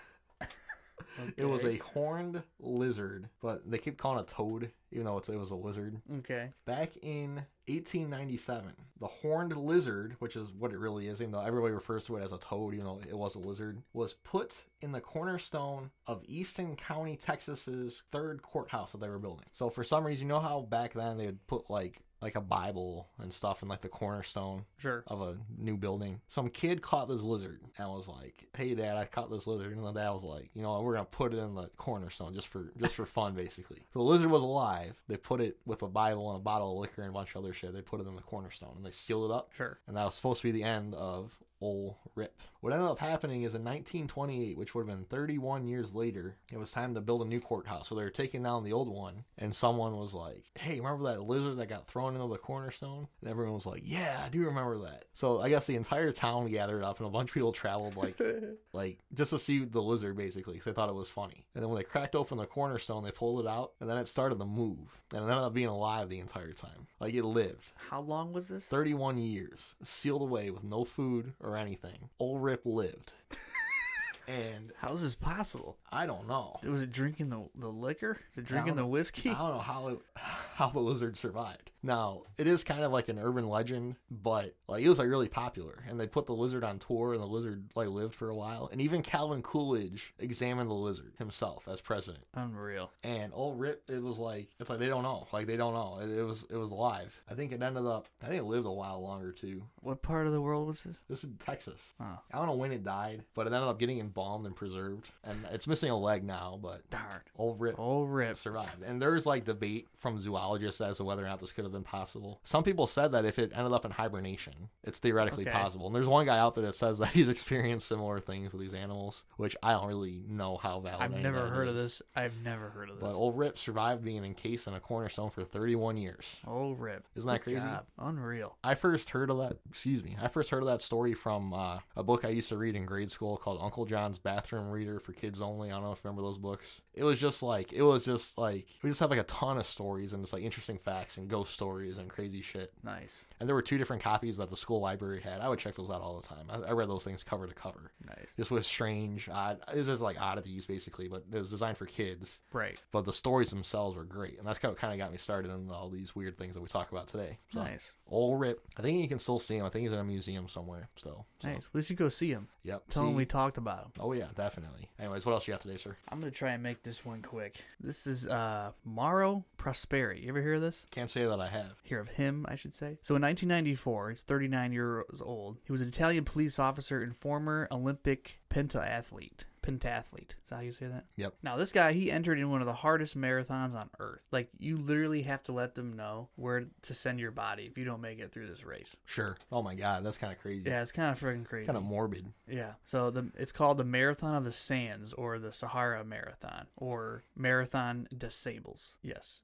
Speaker 1: Oh, It was
Speaker 2: Okay.
Speaker 1: a horned lizard, but they keep calling it toad, even though it's, it was a lizard.
Speaker 2: Okay.
Speaker 1: Back in 1897, the horned lizard, which is what it really is, even though everybody refers to it as a toad, even though it was a lizard, was put in the cornerstone of Easton County, Texas's third courthouse that they were building. So for some reason, you know how back then they would put like like a Bible and stuff in like the cornerstone
Speaker 2: Sure.
Speaker 1: of a new building. Some kid caught this lizard and was like, "Hey, Dad, I caught this lizard." And the dad was like, "You know, what, we're gonna put it in the cornerstone just for just for fun, basically." (laughs) The lizard was alive. They put it with a Bible and a bottle of liquor and a bunch of other shit. They put it in the cornerstone and they sealed it up. (laughs)
Speaker 2: Sure.
Speaker 1: And that was supposed to be the end of Ol Rip. What ended up happening is in 1928, which would have been 31 years later, it was time to build a new courthouse. So they were taking down the old one, and someone was like, Hey, remember that lizard that got thrown into the cornerstone? And everyone was like, Yeah, I do remember that. So I guess the entire town gathered up, and a bunch of people traveled like (laughs) like just to see the lizard basically because they thought it was funny and then when they cracked open the cornerstone they pulled it out and then it started to move and it ended up being alive the entire time like it lived
Speaker 2: How long was this?
Speaker 1: 31 years sealed away with no food or anything ol rip lived and
Speaker 2: How is this possible?
Speaker 1: i don't know
Speaker 2: Was it drinking the, the liquor? Is it
Speaker 1: I
Speaker 2: drinking
Speaker 1: don't-
Speaker 2: the
Speaker 1: i
Speaker 2: whiskey?
Speaker 1: don't know how it, how the lizard survived Now, it is kind of like an urban legend, but like it was like really popular. And they put the lizard on tour and the lizard like lived for a while. And even Calvin Coolidge examined the lizard himself as president.
Speaker 2: Unreal.
Speaker 1: And all rip it was like it's like they don't know. Like they don't know. It, it was it was alive. I think it ended up I think it lived a while longer too.
Speaker 2: What part of the world was this?
Speaker 1: This is Texas.
Speaker 2: Oh,
Speaker 1: I don't know when it died, but it ended up getting embalmed and preserved. And it's missing a leg now, but
Speaker 2: darn.
Speaker 1: all rip
Speaker 2: Oh, rip.
Speaker 1: survived. And there's like debate from zoologists as to whether or not this could have been possible. Some people said that if it ended up in hibernation, it's theoretically
Speaker 2: Okay.
Speaker 1: possible. And there's one guy out there that says that (laughs) he's experienced similar things with these animals, which I don't really know how valid.
Speaker 2: I've
Speaker 1: any
Speaker 2: never
Speaker 1: that
Speaker 2: heard of
Speaker 1: is.
Speaker 2: this. I've never heard of
Speaker 1: But
Speaker 2: this.
Speaker 1: old Rip survived being encased in a cornerstone for 31 years.
Speaker 2: Oh, rip.
Speaker 1: Isn't that
Speaker 2: Good
Speaker 1: crazy?
Speaker 2: job. Unreal.
Speaker 1: I first heard of that. Excuse me. I first heard of that story from uh, a book I used to read in grade school called Uncle John's Bathroom Reader for Kids Only. I don't know if you remember those books. It was just like it was just like we just have like a ton of stories and just like interesting facts and ghost stories and crazy shit.
Speaker 2: Nice.
Speaker 1: And there were two different copies that the school library had. I would check those out all the time. I, I read those things cover to cover.
Speaker 2: Nice.
Speaker 1: This was strange. Odd. It was just like oddities basically, but it was designed for kids.
Speaker 2: Right.
Speaker 1: But the stories themselves were great, and that's kind of kind of got me started in all these weird things that we talk about today. So.
Speaker 2: Nice.
Speaker 1: Old Rip. I think you can still see him. I think he's in a museum somewhere still. So,
Speaker 2: Nice. We should go see him.
Speaker 1: Yep.
Speaker 2: Tell him
Speaker 1: see?
Speaker 2: we talked about him.
Speaker 1: Oh yeah, definitely. Anyways, what else you got today, sir?
Speaker 2: I'm gonna try and make this one quick. This is uh Mauro Prosperi. You ever hear of this?
Speaker 1: Can't say that I have.
Speaker 2: Hear of him, I should say. So in 1994, he's 39 years old. He was an Italian police officer and former Olympic pentathlete. Pentathlete. Is that how you say that?
Speaker 1: Yep.
Speaker 2: Now this guy, he entered in one of the hardest marathons on earth. Like you literally have to let them know where to send your body if you don't make it through this race.
Speaker 1: Sure. Oh my god, that's kind of crazy.
Speaker 2: Yeah, it's kind of freaking crazy.
Speaker 1: Kind of morbid.
Speaker 2: Yeah. So the it's called the Marathon of the Sands or the Sahara Marathon or Marathon de Sables. Yes.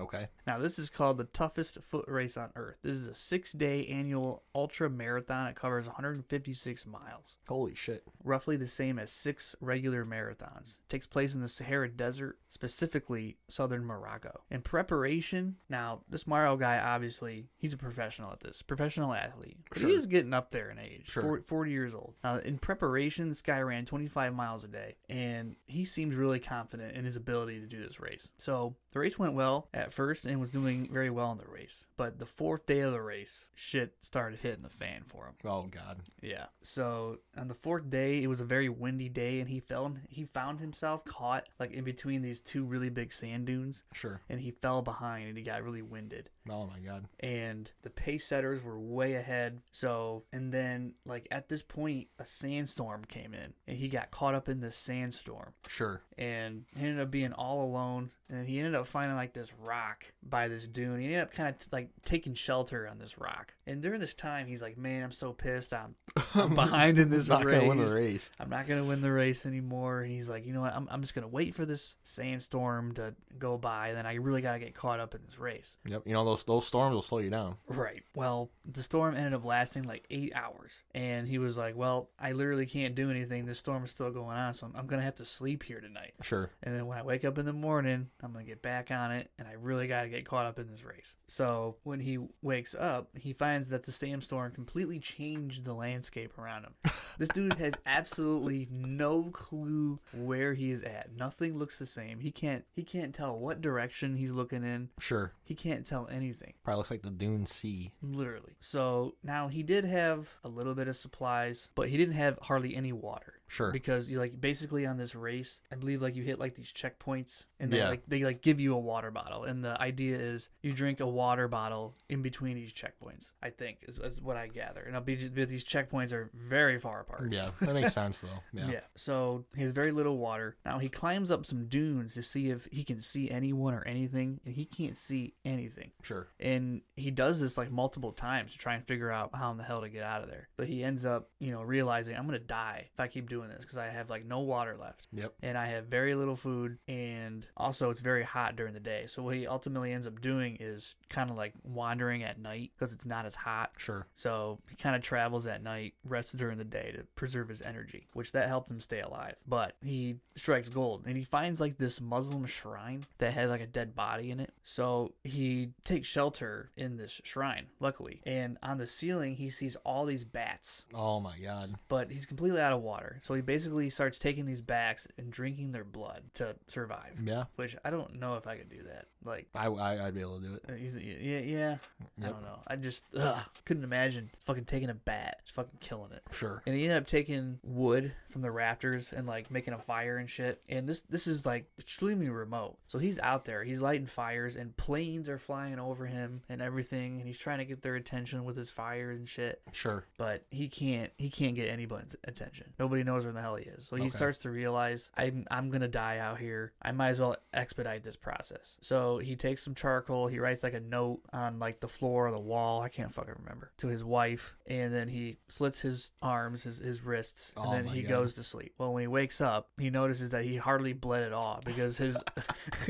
Speaker 1: Okay.
Speaker 2: now this is called the toughest foot race on earth. This is a 6-day annual ultra marathon. It covers 156 miles,
Speaker 1: Holy shit.
Speaker 2: roughly the same as 6 regular marathons. It takes place in the Sahara Desert, specifically southern Morocco. In preparation, now this Mario guy obviously, he's a professional at this. Professional athlete. But
Speaker 1: Sure.
Speaker 2: He is getting up there in age.
Speaker 1: Sure.
Speaker 2: 40, 40 years old. Now, in preparation, this guy ran 25 miles a day, and he seemed really confident in his ability to do this race. So the race went well at first and was doing very well in the race. But the fourth day of the race, shit started hitting the fan for him.
Speaker 1: Oh god.
Speaker 2: Yeah. So on the fourth day, it was a very windy day, and he found he found himself caught like in between these two really big sand dunes,
Speaker 1: Sure.
Speaker 2: and he fell behind, and he got really winded
Speaker 1: Oh my god.
Speaker 2: and the pace setters were way ahead. So, and then like at this point, a sandstorm came in and he got caught up in this sandstorm
Speaker 1: Sure.
Speaker 2: and he ended up being all alone. And he ended up finding like this rock by this dune. He ended up kind of like taking shelter on this rock. And during this time, he's like, man, I'm so
Speaker 1: (laughs)
Speaker 2: pissed. I'm, I'm behind in this
Speaker 1: Not
Speaker 2: race.
Speaker 1: gonna win the race.
Speaker 2: I'm not gonna win the race anymore. And he's like, you know what? I'm, I'm just gonna wait for this sandstorm to go by. Then I really gotta get caught up in this race.
Speaker 1: Yep. You know those those storms will slow you down.
Speaker 2: Right. Well, the storm ended up lasting like eight hours. And he was like, Well, I literally can't do anything. This storm is still going on. So I'm, I'm going to have to sleep here tonight.
Speaker 1: Sure.
Speaker 2: And then when I wake up in the morning, I'm going to get back on it. And I really got to get caught up in this race. So when he wakes up, he finds that the sandstorm completely changed the landscape around him. this dude has absolutely no clue where he is at. Nothing looks the same. He can't, he can't tell what direction he's looking in.
Speaker 1: Sure.
Speaker 2: He can't tell anything.
Speaker 1: Probably looks like the Dune Sea.
Speaker 2: Literally. So now he did have a little bit of supplies, but he didn't have hardly any water.
Speaker 1: Sure.
Speaker 2: Because you like basically on this race, I believe like you hit like these checkpoints and they
Speaker 1: Yeah.
Speaker 2: like they like give you a water bottle. And the idea is you drink a water bottle in between these checkpoints, I think, is, is what I gather. And I'll be but these checkpoints are very far apart.
Speaker 1: Yeah, that makes sense
Speaker 2: (laughs)
Speaker 1: though. Yeah.
Speaker 2: Yeah. So he has very little water. Now he climbs up some dunes to see if he can see anyone or anything, and he can't see anything
Speaker 1: Sure.
Speaker 2: and he does this like multiple times to try and figure out how in the hell to get out of there but he ends up you know realizing i'm gonna die if i keep doing this because i have like no water left
Speaker 1: Yep.
Speaker 2: and i have very little food and also it's very hot during the day so what he ultimately ends up doing is kind of like wandering at night because it's not as hot
Speaker 1: Sure.
Speaker 2: so he kind of travels at night, rests during the day to preserve his energy, which that helped him stay alive. But he strikes gold and he finds like this Muslim shrine that had like a dead body in it. So he takes shelter in this shrine, luckily. And on the ceiling, he sees all these bats,
Speaker 1: Oh my god.
Speaker 2: but he's completely out of water. So he basically starts taking these backs and drinking their blood to survive.
Speaker 1: Yeah.
Speaker 2: Which I don't know if I could do that. Like,
Speaker 1: I, I I'd be able to do it.
Speaker 2: uh, you th- yeah, yeah. I
Speaker 1: Yep.
Speaker 2: don't know. I just ugh, couldn't imagine fucking taking a bat, just fucking killing it.
Speaker 1: Sure.
Speaker 2: And he ended up taking wood from the rafters and like making a fire and shit. And this this is like extremely remote. So he's out there, he's lighting fires, and planes are flying over him and everything. And he's trying to get their attention with his fire and shit.
Speaker 1: Sure.
Speaker 2: But he can't he can't get anybody's attention. Nobody knows where the hell he is. So he
Speaker 1: Okay.
Speaker 2: starts to realize I'm I'm gonna die out here. I might as well expedite this process. So he takes some charcoal. He writes like a note on like the floor or the wall. I can't fucking remember to his wife. And then he slits his arms, his his wrists, and
Speaker 1: Oh
Speaker 2: then
Speaker 1: my
Speaker 2: he
Speaker 1: God.
Speaker 2: goes to sleep. Well, when he wakes up, he notices that he hardly bled at all because his (laughs)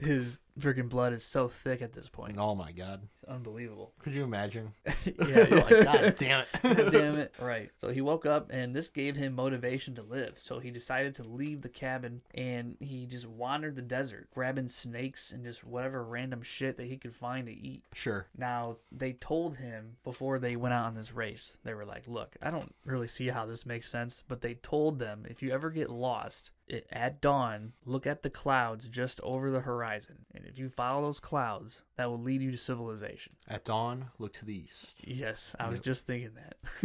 Speaker 2: his freaking blood is so thick at this point.
Speaker 1: Oh my god. (laughs)
Speaker 2: It's unbelievable.
Speaker 1: Could you imagine?
Speaker 2: (laughs) Yeah.
Speaker 1: like, (laughs) god damn
Speaker 2: God
Speaker 1: it.
Speaker 2: damn it. (laughs) Right. So he woke up and this gave him motivation to live. So he decided to leave the cabin and he just wandered the desert, grabbing snakes and just whatever random shit that he could find to eat.
Speaker 1: sure.
Speaker 2: Now, they told him before they went out on this race, they were like, look, I don't really see how this makes sense, but they told them if you ever get lost it, at dawn, look at the clouds just over the horizon. And if you follow those clouds, that will lead you to civilization.
Speaker 1: At dawn, look to the east.
Speaker 2: Yes, I was
Speaker 1: Yep.
Speaker 2: just thinking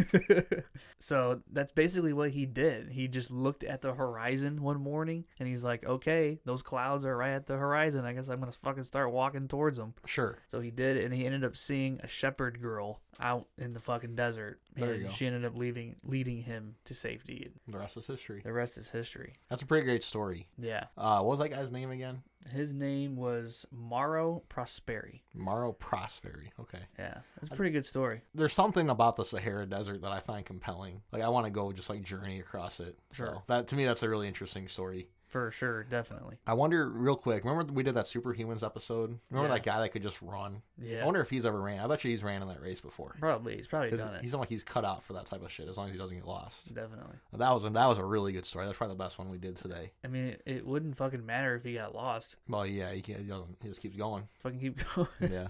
Speaker 2: that. (laughs) so that's basically what he did. He just looked at the horizon one morning and he's like, okay, those clouds are right at the horizon. I guess I'm going to fucking start walking towards them.
Speaker 1: Sure.
Speaker 2: So he did, and he ended up seeing a shepherd girl out in the fucking desert.
Speaker 1: There
Speaker 2: and
Speaker 1: you go.
Speaker 2: she ended up leaving, leading him to safety. And
Speaker 1: The rest is history.
Speaker 2: the rest is history.
Speaker 1: That's a pretty great story.
Speaker 2: Yeah.
Speaker 1: Uh, what was that guy's name again?
Speaker 2: His name was Maro Prosperi.
Speaker 1: Mauro Prosperi. Okay.
Speaker 2: Yeah. That's a pretty good story.
Speaker 1: There's something about the Sahara Desert that I find compelling. Like I want to go just like journey across it.
Speaker 2: Sure.
Speaker 1: So that to me that's a really interesting story.
Speaker 2: For sure. Definitely.
Speaker 1: I wonder real quick, remember we did that superhumans episode? Remember
Speaker 2: Yeah.
Speaker 1: that guy that could just run?
Speaker 2: Yeah.
Speaker 1: I wonder if he's ever ran. I bet you he's ran in that race before.
Speaker 2: Probably. He's probably
Speaker 1: 'Cause
Speaker 2: done it.
Speaker 1: He's not like he's cut out for that type of shit as long as he doesn't get lost.
Speaker 2: Definitely.
Speaker 1: That was a, that was a really good story. That's probably the best one we did today.
Speaker 2: I mean, it, it wouldn't fucking matter if he got lost.
Speaker 1: Well, yeah, he, can't, he doesn't. He just keeps going.
Speaker 2: Fucking keep (laughs) going.
Speaker 1: Yeah.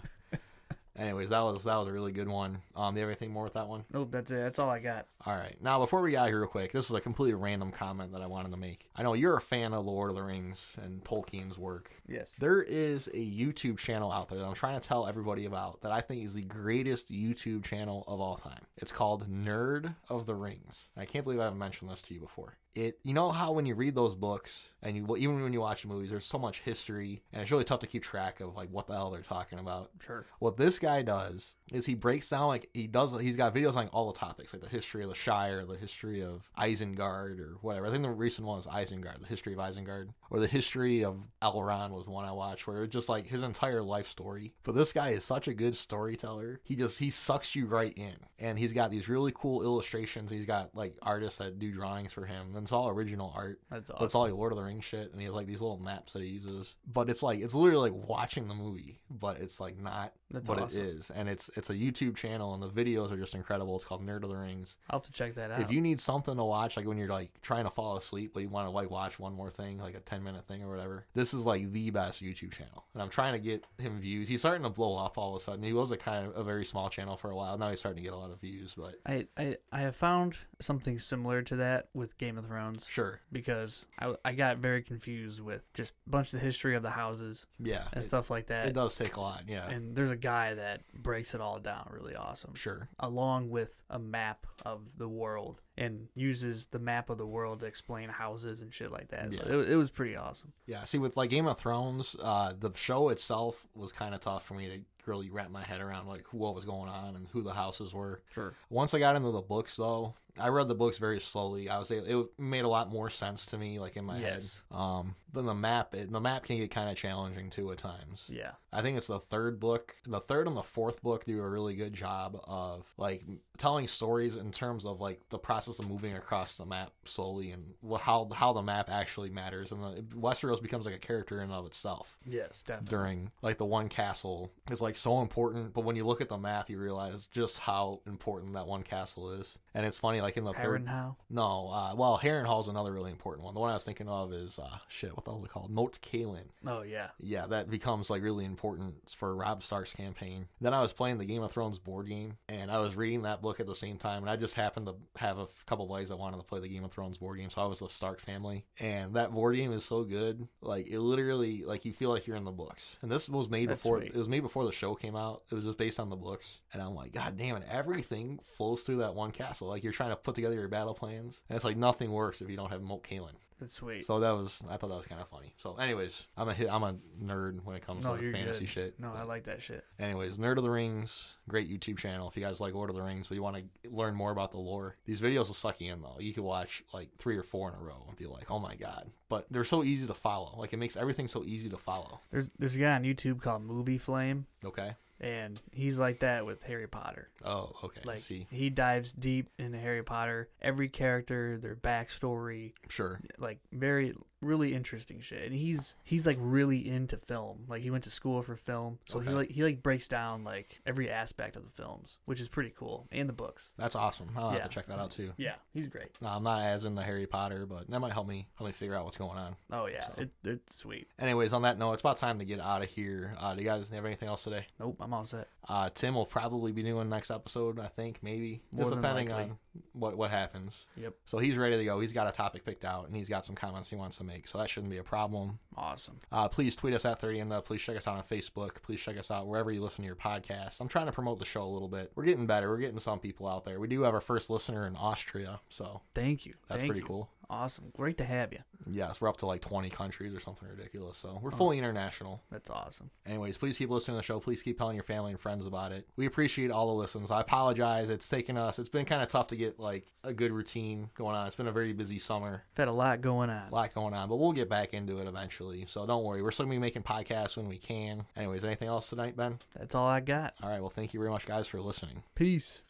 Speaker 1: Anyways, that was that was a really good one. Um, do you have anything more with that one?
Speaker 2: nope, that's it. That's all I got.
Speaker 1: All right. Now, before we get out of here, real quick, this is a completely random comment that I wanted to make. I know you're a fan of Lord of the Rings and Tolkien's work.
Speaker 2: Yes.
Speaker 1: There is a YouTube channel out there that I'm trying to tell everybody about that I think is the greatest YouTube channel of all time. It's called Nerd of the Rings. I can't believe I haven't mentioned this to you before. It, you know how when you read those books and you even when you watch movies, there's so much history and it's really tough to keep track of like what the hell they're talking about.
Speaker 2: Sure.
Speaker 1: What this guy does is he breaks down like he does. He's got videos on all the topics, like the history of the Shire, the history of Isengard, or whatever. I think the recent one was Isengard, the history of Isengard, or the history of Elrond was one I watched, where it's just like his entire life story. But this guy is such a good storyteller. He just he sucks you right in, and he's got these really cool illustrations. He's got like artists that do drawings for him, and it's all original art.
Speaker 2: That's
Speaker 1: But it's
Speaker 2: awesome.
Speaker 1: all like Lord of the Rings shit, and he has like these little maps that he uses. But it's like it's literally like watching the movie, but it's like not
Speaker 2: That's
Speaker 1: what
Speaker 2: awesome.
Speaker 1: it is. And it's it's a YouTube channel, and the videos are just incredible. It's called Nerd of the Rings.
Speaker 2: I'll have to check that out.
Speaker 1: If you need something to watch, like when you're like trying to fall asleep, but you want to like watch one more thing, like a 10 minute thing or whatever, this is like the best YouTube channel. And I'm trying to get him views. He's starting to blow up all of a sudden. He was a kind of a very small channel for a while. Now he's starting to get a lot of views, but
Speaker 2: I, I, I have found something similar to that with Game of Thrones
Speaker 1: sure,
Speaker 2: because I, I got very confused with just a bunch of the history of the houses
Speaker 1: yeah,
Speaker 2: and
Speaker 1: it,
Speaker 2: stuff like
Speaker 1: it
Speaker 2: that.
Speaker 1: does take a lot. Yeah,
Speaker 2: And there's a guy that breaks it all down really awesome.
Speaker 1: sure,
Speaker 2: along with a map of the world and uses the map of the world to explain houses and shit like that.
Speaker 1: Yeah.
Speaker 2: So it, it was pretty awesome.
Speaker 1: yeah. See, with like Game of Thrones, uh, the show itself was kind of tough for me to really wrap my head around, like what was going on and who the houses were.
Speaker 2: Sure.
Speaker 1: Once I got into the books, though, I read the books very slowly. I was able, it made a lot more sense to me, like in my
Speaker 2: Yes.
Speaker 1: head. Um, but the map, it, the map can get kind of challenging too at times.
Speaker 2: Yeah.
Speaker 1: I think it's the third book, the third and the fourth book do a really good job of like telling stories in terms of like the process of moving across the map slowly and wh- how how the map actually matters. And the Westeros becomes like a character in and of itself
Speaker 2: Yes, definitely.
Speaker 1: during like the one castle is like like so important, but when you look at the map, you realize just how important that one castle is. And it's funny, like in the third,
Speaker 2: Harrenhal.
Speaker 1: no, uh, well, Harrenhal is another really important one. The one I was thinking of is uh, shit. What the hell is it called? Moat Kalin.
Speaker 2: Oh yeah.
Speaker 1: Yeah, that becomes like really important for Rob Stark's campaign. Then I was playing the Game of Thrones board game and I was reading that book at the same time. And I just happened to have a f- couple buddies that wanted to play the Game of Thrones board game. So I was the Stark family. And that board game is so good. Like, it literally, like, you feel like you're in the books. And this was made
Speaker 2: That's
Speaker 1: before,
Speaker 2: sweet.
Speaker 1: it was made before the show came out. It was just based on the books. And I'm like, God damn it, everything flows through that one castle. Like, you're trying to put together your battle plans. And it's like nothing works if you don't have Moat Kalin.
Speaker 2: That's sweet.
Speaker 1: So that was I thought that was kind of funny. So, anyways, I'm a hi- I'm a nerd when it comes
Speaker 2: no,
Speaker 1: to
Speaker 2: you're
Speaker 1: fantasy
Speaker 2: good.
Speaker 1: shit.
Speaker 2: No, I
Speaker 1: But
Speaker 2: like that shit.
Speaker 1: anyways, Nerd of the Rings, great YouTube channel. If you guys like Lord of the Rings, but you want to learn more about the lore, these videos will suck you in though. You could watch like three or four in a row and be like, oh my god. But they're so easy to follow. Like it makes everything so easy to follow.
Speaker 2: There's there's a guy on YouTube called Movie Flame,
Speaker 1: Okay.
Speaker 2: and he's like that with Harry Potter.
Speaker 1: Oh, okay.
Speaker 2: Like
Speaker 1: See,
Speaker 2: he dives deep into Harry Potter, every character, their backstory,
Speaker 1: sure.
Speaker 2: like very really interesting shit. And he's he's like really into film. Like he went to school for film, so
Speaker 1: Okay.
Speaker 2: he like he like breaks down like every aspect of the films, which is pretty cool, and the books.
Speaker 1: That's awesome. I'll
Speaker 2: Yeah.
Speaker 1: have to check that out too.
Speaker 2: Yeah, he's great.
Speaker 1: No, I'm not as into Harry Potter, but that might help me help me figure out what's going on.
Speaker 2: Oh yeah,
Speaker 1: So-
Speaker 2: it, it's sweet.
Speaker 1: Anyways, on that note, it's about time to get out of here. Uh, do you guys have anything else today?
Speaker 2: Nope, I'm all set.
Speaker 1: Uh, Tim will probably be doing next episode, I think, maybe.
Speaker 2: More
Speaker 1: just
Speaker 2: than
Speaker 1: depending
Speaker 2: likely.
Speaker 1: on what, what happens.
Speaker 2: Yep,
Speaker 1: So he's ready to go. He's got a topic picked out and he's got some comments he wants to make. So that shouldn't be a problem.
Speaker 2: awesome.
Speaker 1: Uh, please tweet us at 30 and the. Please check us out on Facebook. Please check us out wherever you listen to your podcast. I'm trying to promote the show a little bit. We're getting better. We're getting some people out there. We do have our first listener in Austria. So
Speaker 2: Thank you.
Speaker 1: that's
Speaker 2: Thank
Speaker 1: pretty
Speaker 2: you.
Speaker 1: cool.
Speaker 2: Awesome. Great to have you.
Speaker 1: Yes, we're up to like 20 countries or something ridiculous. So
Speaker 2: Oh.
Speaker 1: we're fully international.
Speaker 2: That's awesome.
Speaker 1: Anyways, please keep listening to the show. Please keep telling your family and friends about it. We appreciate all the listens. I apologize. It's taken us. It's been kind of tough to get like a good routine going on. It's been a very busy summer,
Speaker 2: We've had a lot going on.
Speaker 1: a lot going on, but we'll get back into it eventually. So don't worry. We're still gonna be making podcasts when we can. Anyways, anything else tonight, Ben?
Speaker 2: That's all I got.
Speaker 1: All right. Well, thank you very much, guys, for listening.
Speaker 2: Peace.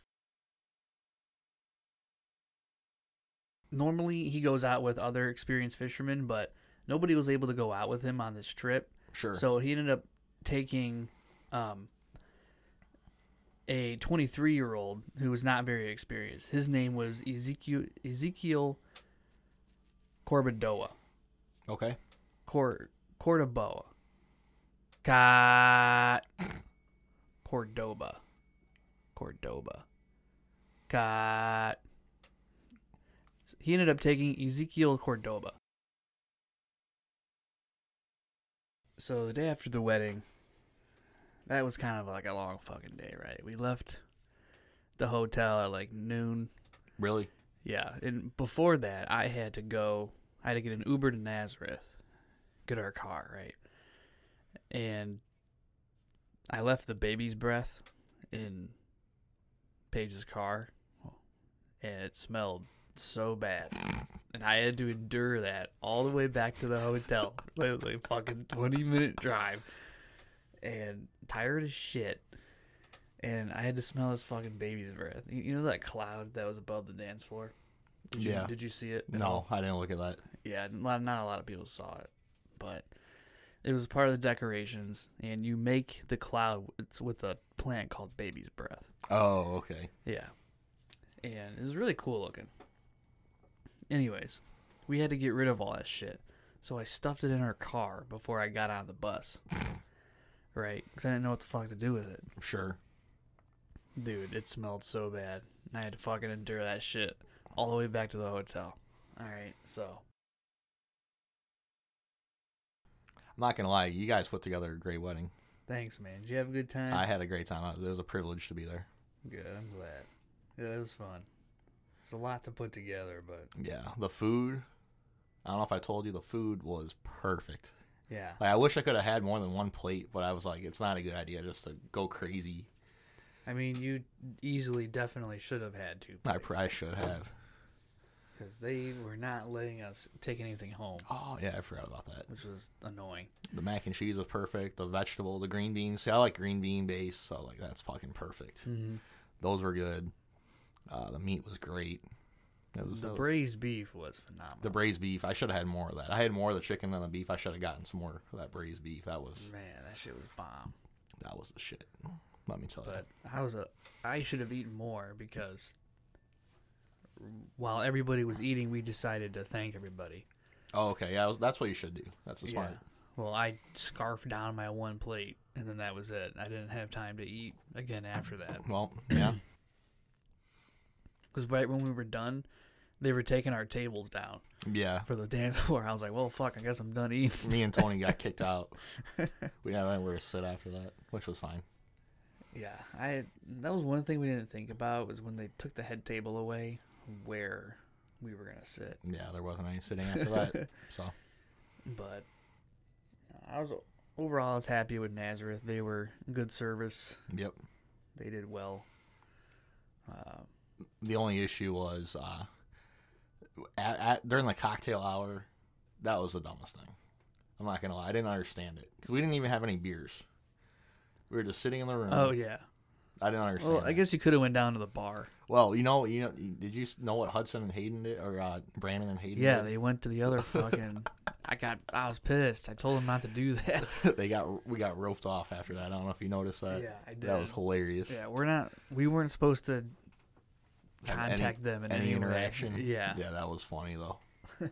Speaker 2: Normally, he goes out with other experienced fishermen, but nobody was able to go out with him on this trip.
Speaker 1: Sure.
Speaker 2: So he ended up taking um, a 23 year old who was not very experienced. His name was Ezekiel, Ezekiel Corbadoa.
Speaker 1: okay.
Speaker 2: Cor- Cordoba. Ca- Cordoba. Cordoba. Ca- he ended up taking Ezekiel Cordoba. So the day after the wedding, that was kind of like a long fucking day, right? We left the hotel at like noon.
Speaker 1: Really?
Speaker 2: Yeah, and before that, I had to go. I had to get an Uber to Nazareth, get our car right, and I left the baby's breath in Paige's car, and it smelled so bad, and I had to endure that all the way back to the hotel, (laughs) literally fucking twenty minute drive, and tired as shit. And I had to smell his fucking baby's breath. You- You know that cloud that was above the dance floor? Did you,
Speaker 1: Yeah.
Speaker 2: Did you see it? at
Speaker 1: No,
Speaker 2: all?
Speaker 1: I didn't look at that.
Speaker 2: Yeah, not, not a lot of people saw it, but it was part of the decorations. And you make the cloud. It's with a plant called baby's breath.
Speaker 1: Oh, okay.
Speaker 2: Yeah. And it was really cool looking. Anyways, we had to get rid of all that shit. So I stuffed it in our car before I got on
Speaker 1: (laughs)
Speaker 2: the bus. right? Because I didn't know what the fuck to do with it.
Speaker 1: Sure.
Speaker 2: Dude, it smelled so bad. And I had to fucking endure that shit all the way back to the hotel. Alright, so.
Speaker 1: I'm not gonna lie. You guys put together a great wedding.
Speaker 2: Thanks, man. Did you have a good time?
Speaker 1: I had a great time. It was a privilege to be there.
Speaker 2: Good, I'm glad. Yeah, it was fun. It's a lot to put together, but
Speaker 1: Yeah, the food. I don't know if I told you the food was perfect.
Speaker 2: yeah.
Speaker 1: Like I wish I could have had more than one plate, but I was like, it's not a good idea just to go crazy.
Speaker 2: I mean, you easily, definitely should have had two.
Speaker 1: I
Speaker 2: plates.
Speaker 1: probably should have.
Speaker 2: because they were not letting us take anything home,
Speaker 1: Oh yeah, I forgot about that.
Speaker 2: which was annoying.
Speaker 1: The mac and cheese was perfect. The vegetable, the green beans. See, I like green bean base, so like that's fucking perfect.
Speaker 2: Mm-hmm.
Speaker 1: Those were good. Uh, the meat was great. It was
Speaker 2: The
Speaker 1: that was-
Speaker 2: braised beef was phenomenal.
Speaker 1: the braised beef. I should have had more of that. I had more of the chicken than the beef. I should have gotten some more of that braised beef. That was
Speaker 2: Man, that shit was bomb.
Speaker 1: That was the shit. Let me tell
Speaker 2: but I was a I should have eaten more because while everybody was eating, we decided to thank everybody.
Speaker 1: you. Oh, okay. Yeah, I was, that's what you should do. That's the smart.
Speaker 2: Well, I scarfed down my one plate, and then that was it. I didn't have time to eat again after that
Speaker 1: Well, yeah.
Speaker 2: because right when we were done, they were taking our tables down
Speaker 1: Yeah.
Speaker 2: for the (laughs) dance floor. I was like, "Well, fuck, I guess I'm done eating." (laughs)
Speaker 1: Me and Tony got kicked out. We didn't have anywhere to sit after that, which was fine.
Speaker 2: Yeah, I that was one thing we didn't think about was when they took the head table away, where we were gonna sit.
Speaker 1: Yeah, there wasn't any sitting after
Speaker 2: (laughs)
Speaker 1: that. So,
Speaker 2: But I was overall I was happy with Nazareth. They were good service.
Speaker 1: yep.
Speaker 2: They did well. Uh,
Speaker 1: The only issue was uh, at, at, during the cocktail hour, that was the dumbest thing. I'm not going to lie. I didn't understand it because we didn't even have any beers. We were just sitting in the room.
Speaker 2: oh yeah.
Speaker 1: I didn't understand.
Speaker 2: Well, I
Speaker 1: that.
Speaker 2: guess you could have went down to the bar.
Speaker 1: Well, you know, you know, did you know what Hudson and Hayden did, or uh, Brandon and Hayden?
Speaker 2: Yeah,
Speaker 1: did?
Speaker 2: they went to
Speaker 1: (laughs)
Speaker 2: the other fucking. I got. I was pissed. I told them not to do (laughs) that.
Speaker 1: they got we got roped off after that. I don't know if you noticed that.
Speaker 2: Yeah, I
Speaker 1: Uh, That was
Speaker 2: did.
Speaker 1: hilarious.
Speaker 2: yeah, we're not. We weren't supposed to
Speaker 1: Have any-
Speaker 2: contact them in
Speaker 1: Any
Speaker 2: any, way.
Speaker 1: interaction?
Speaker 2: Yeah.
Speaker 1: Yeah, that was funny though.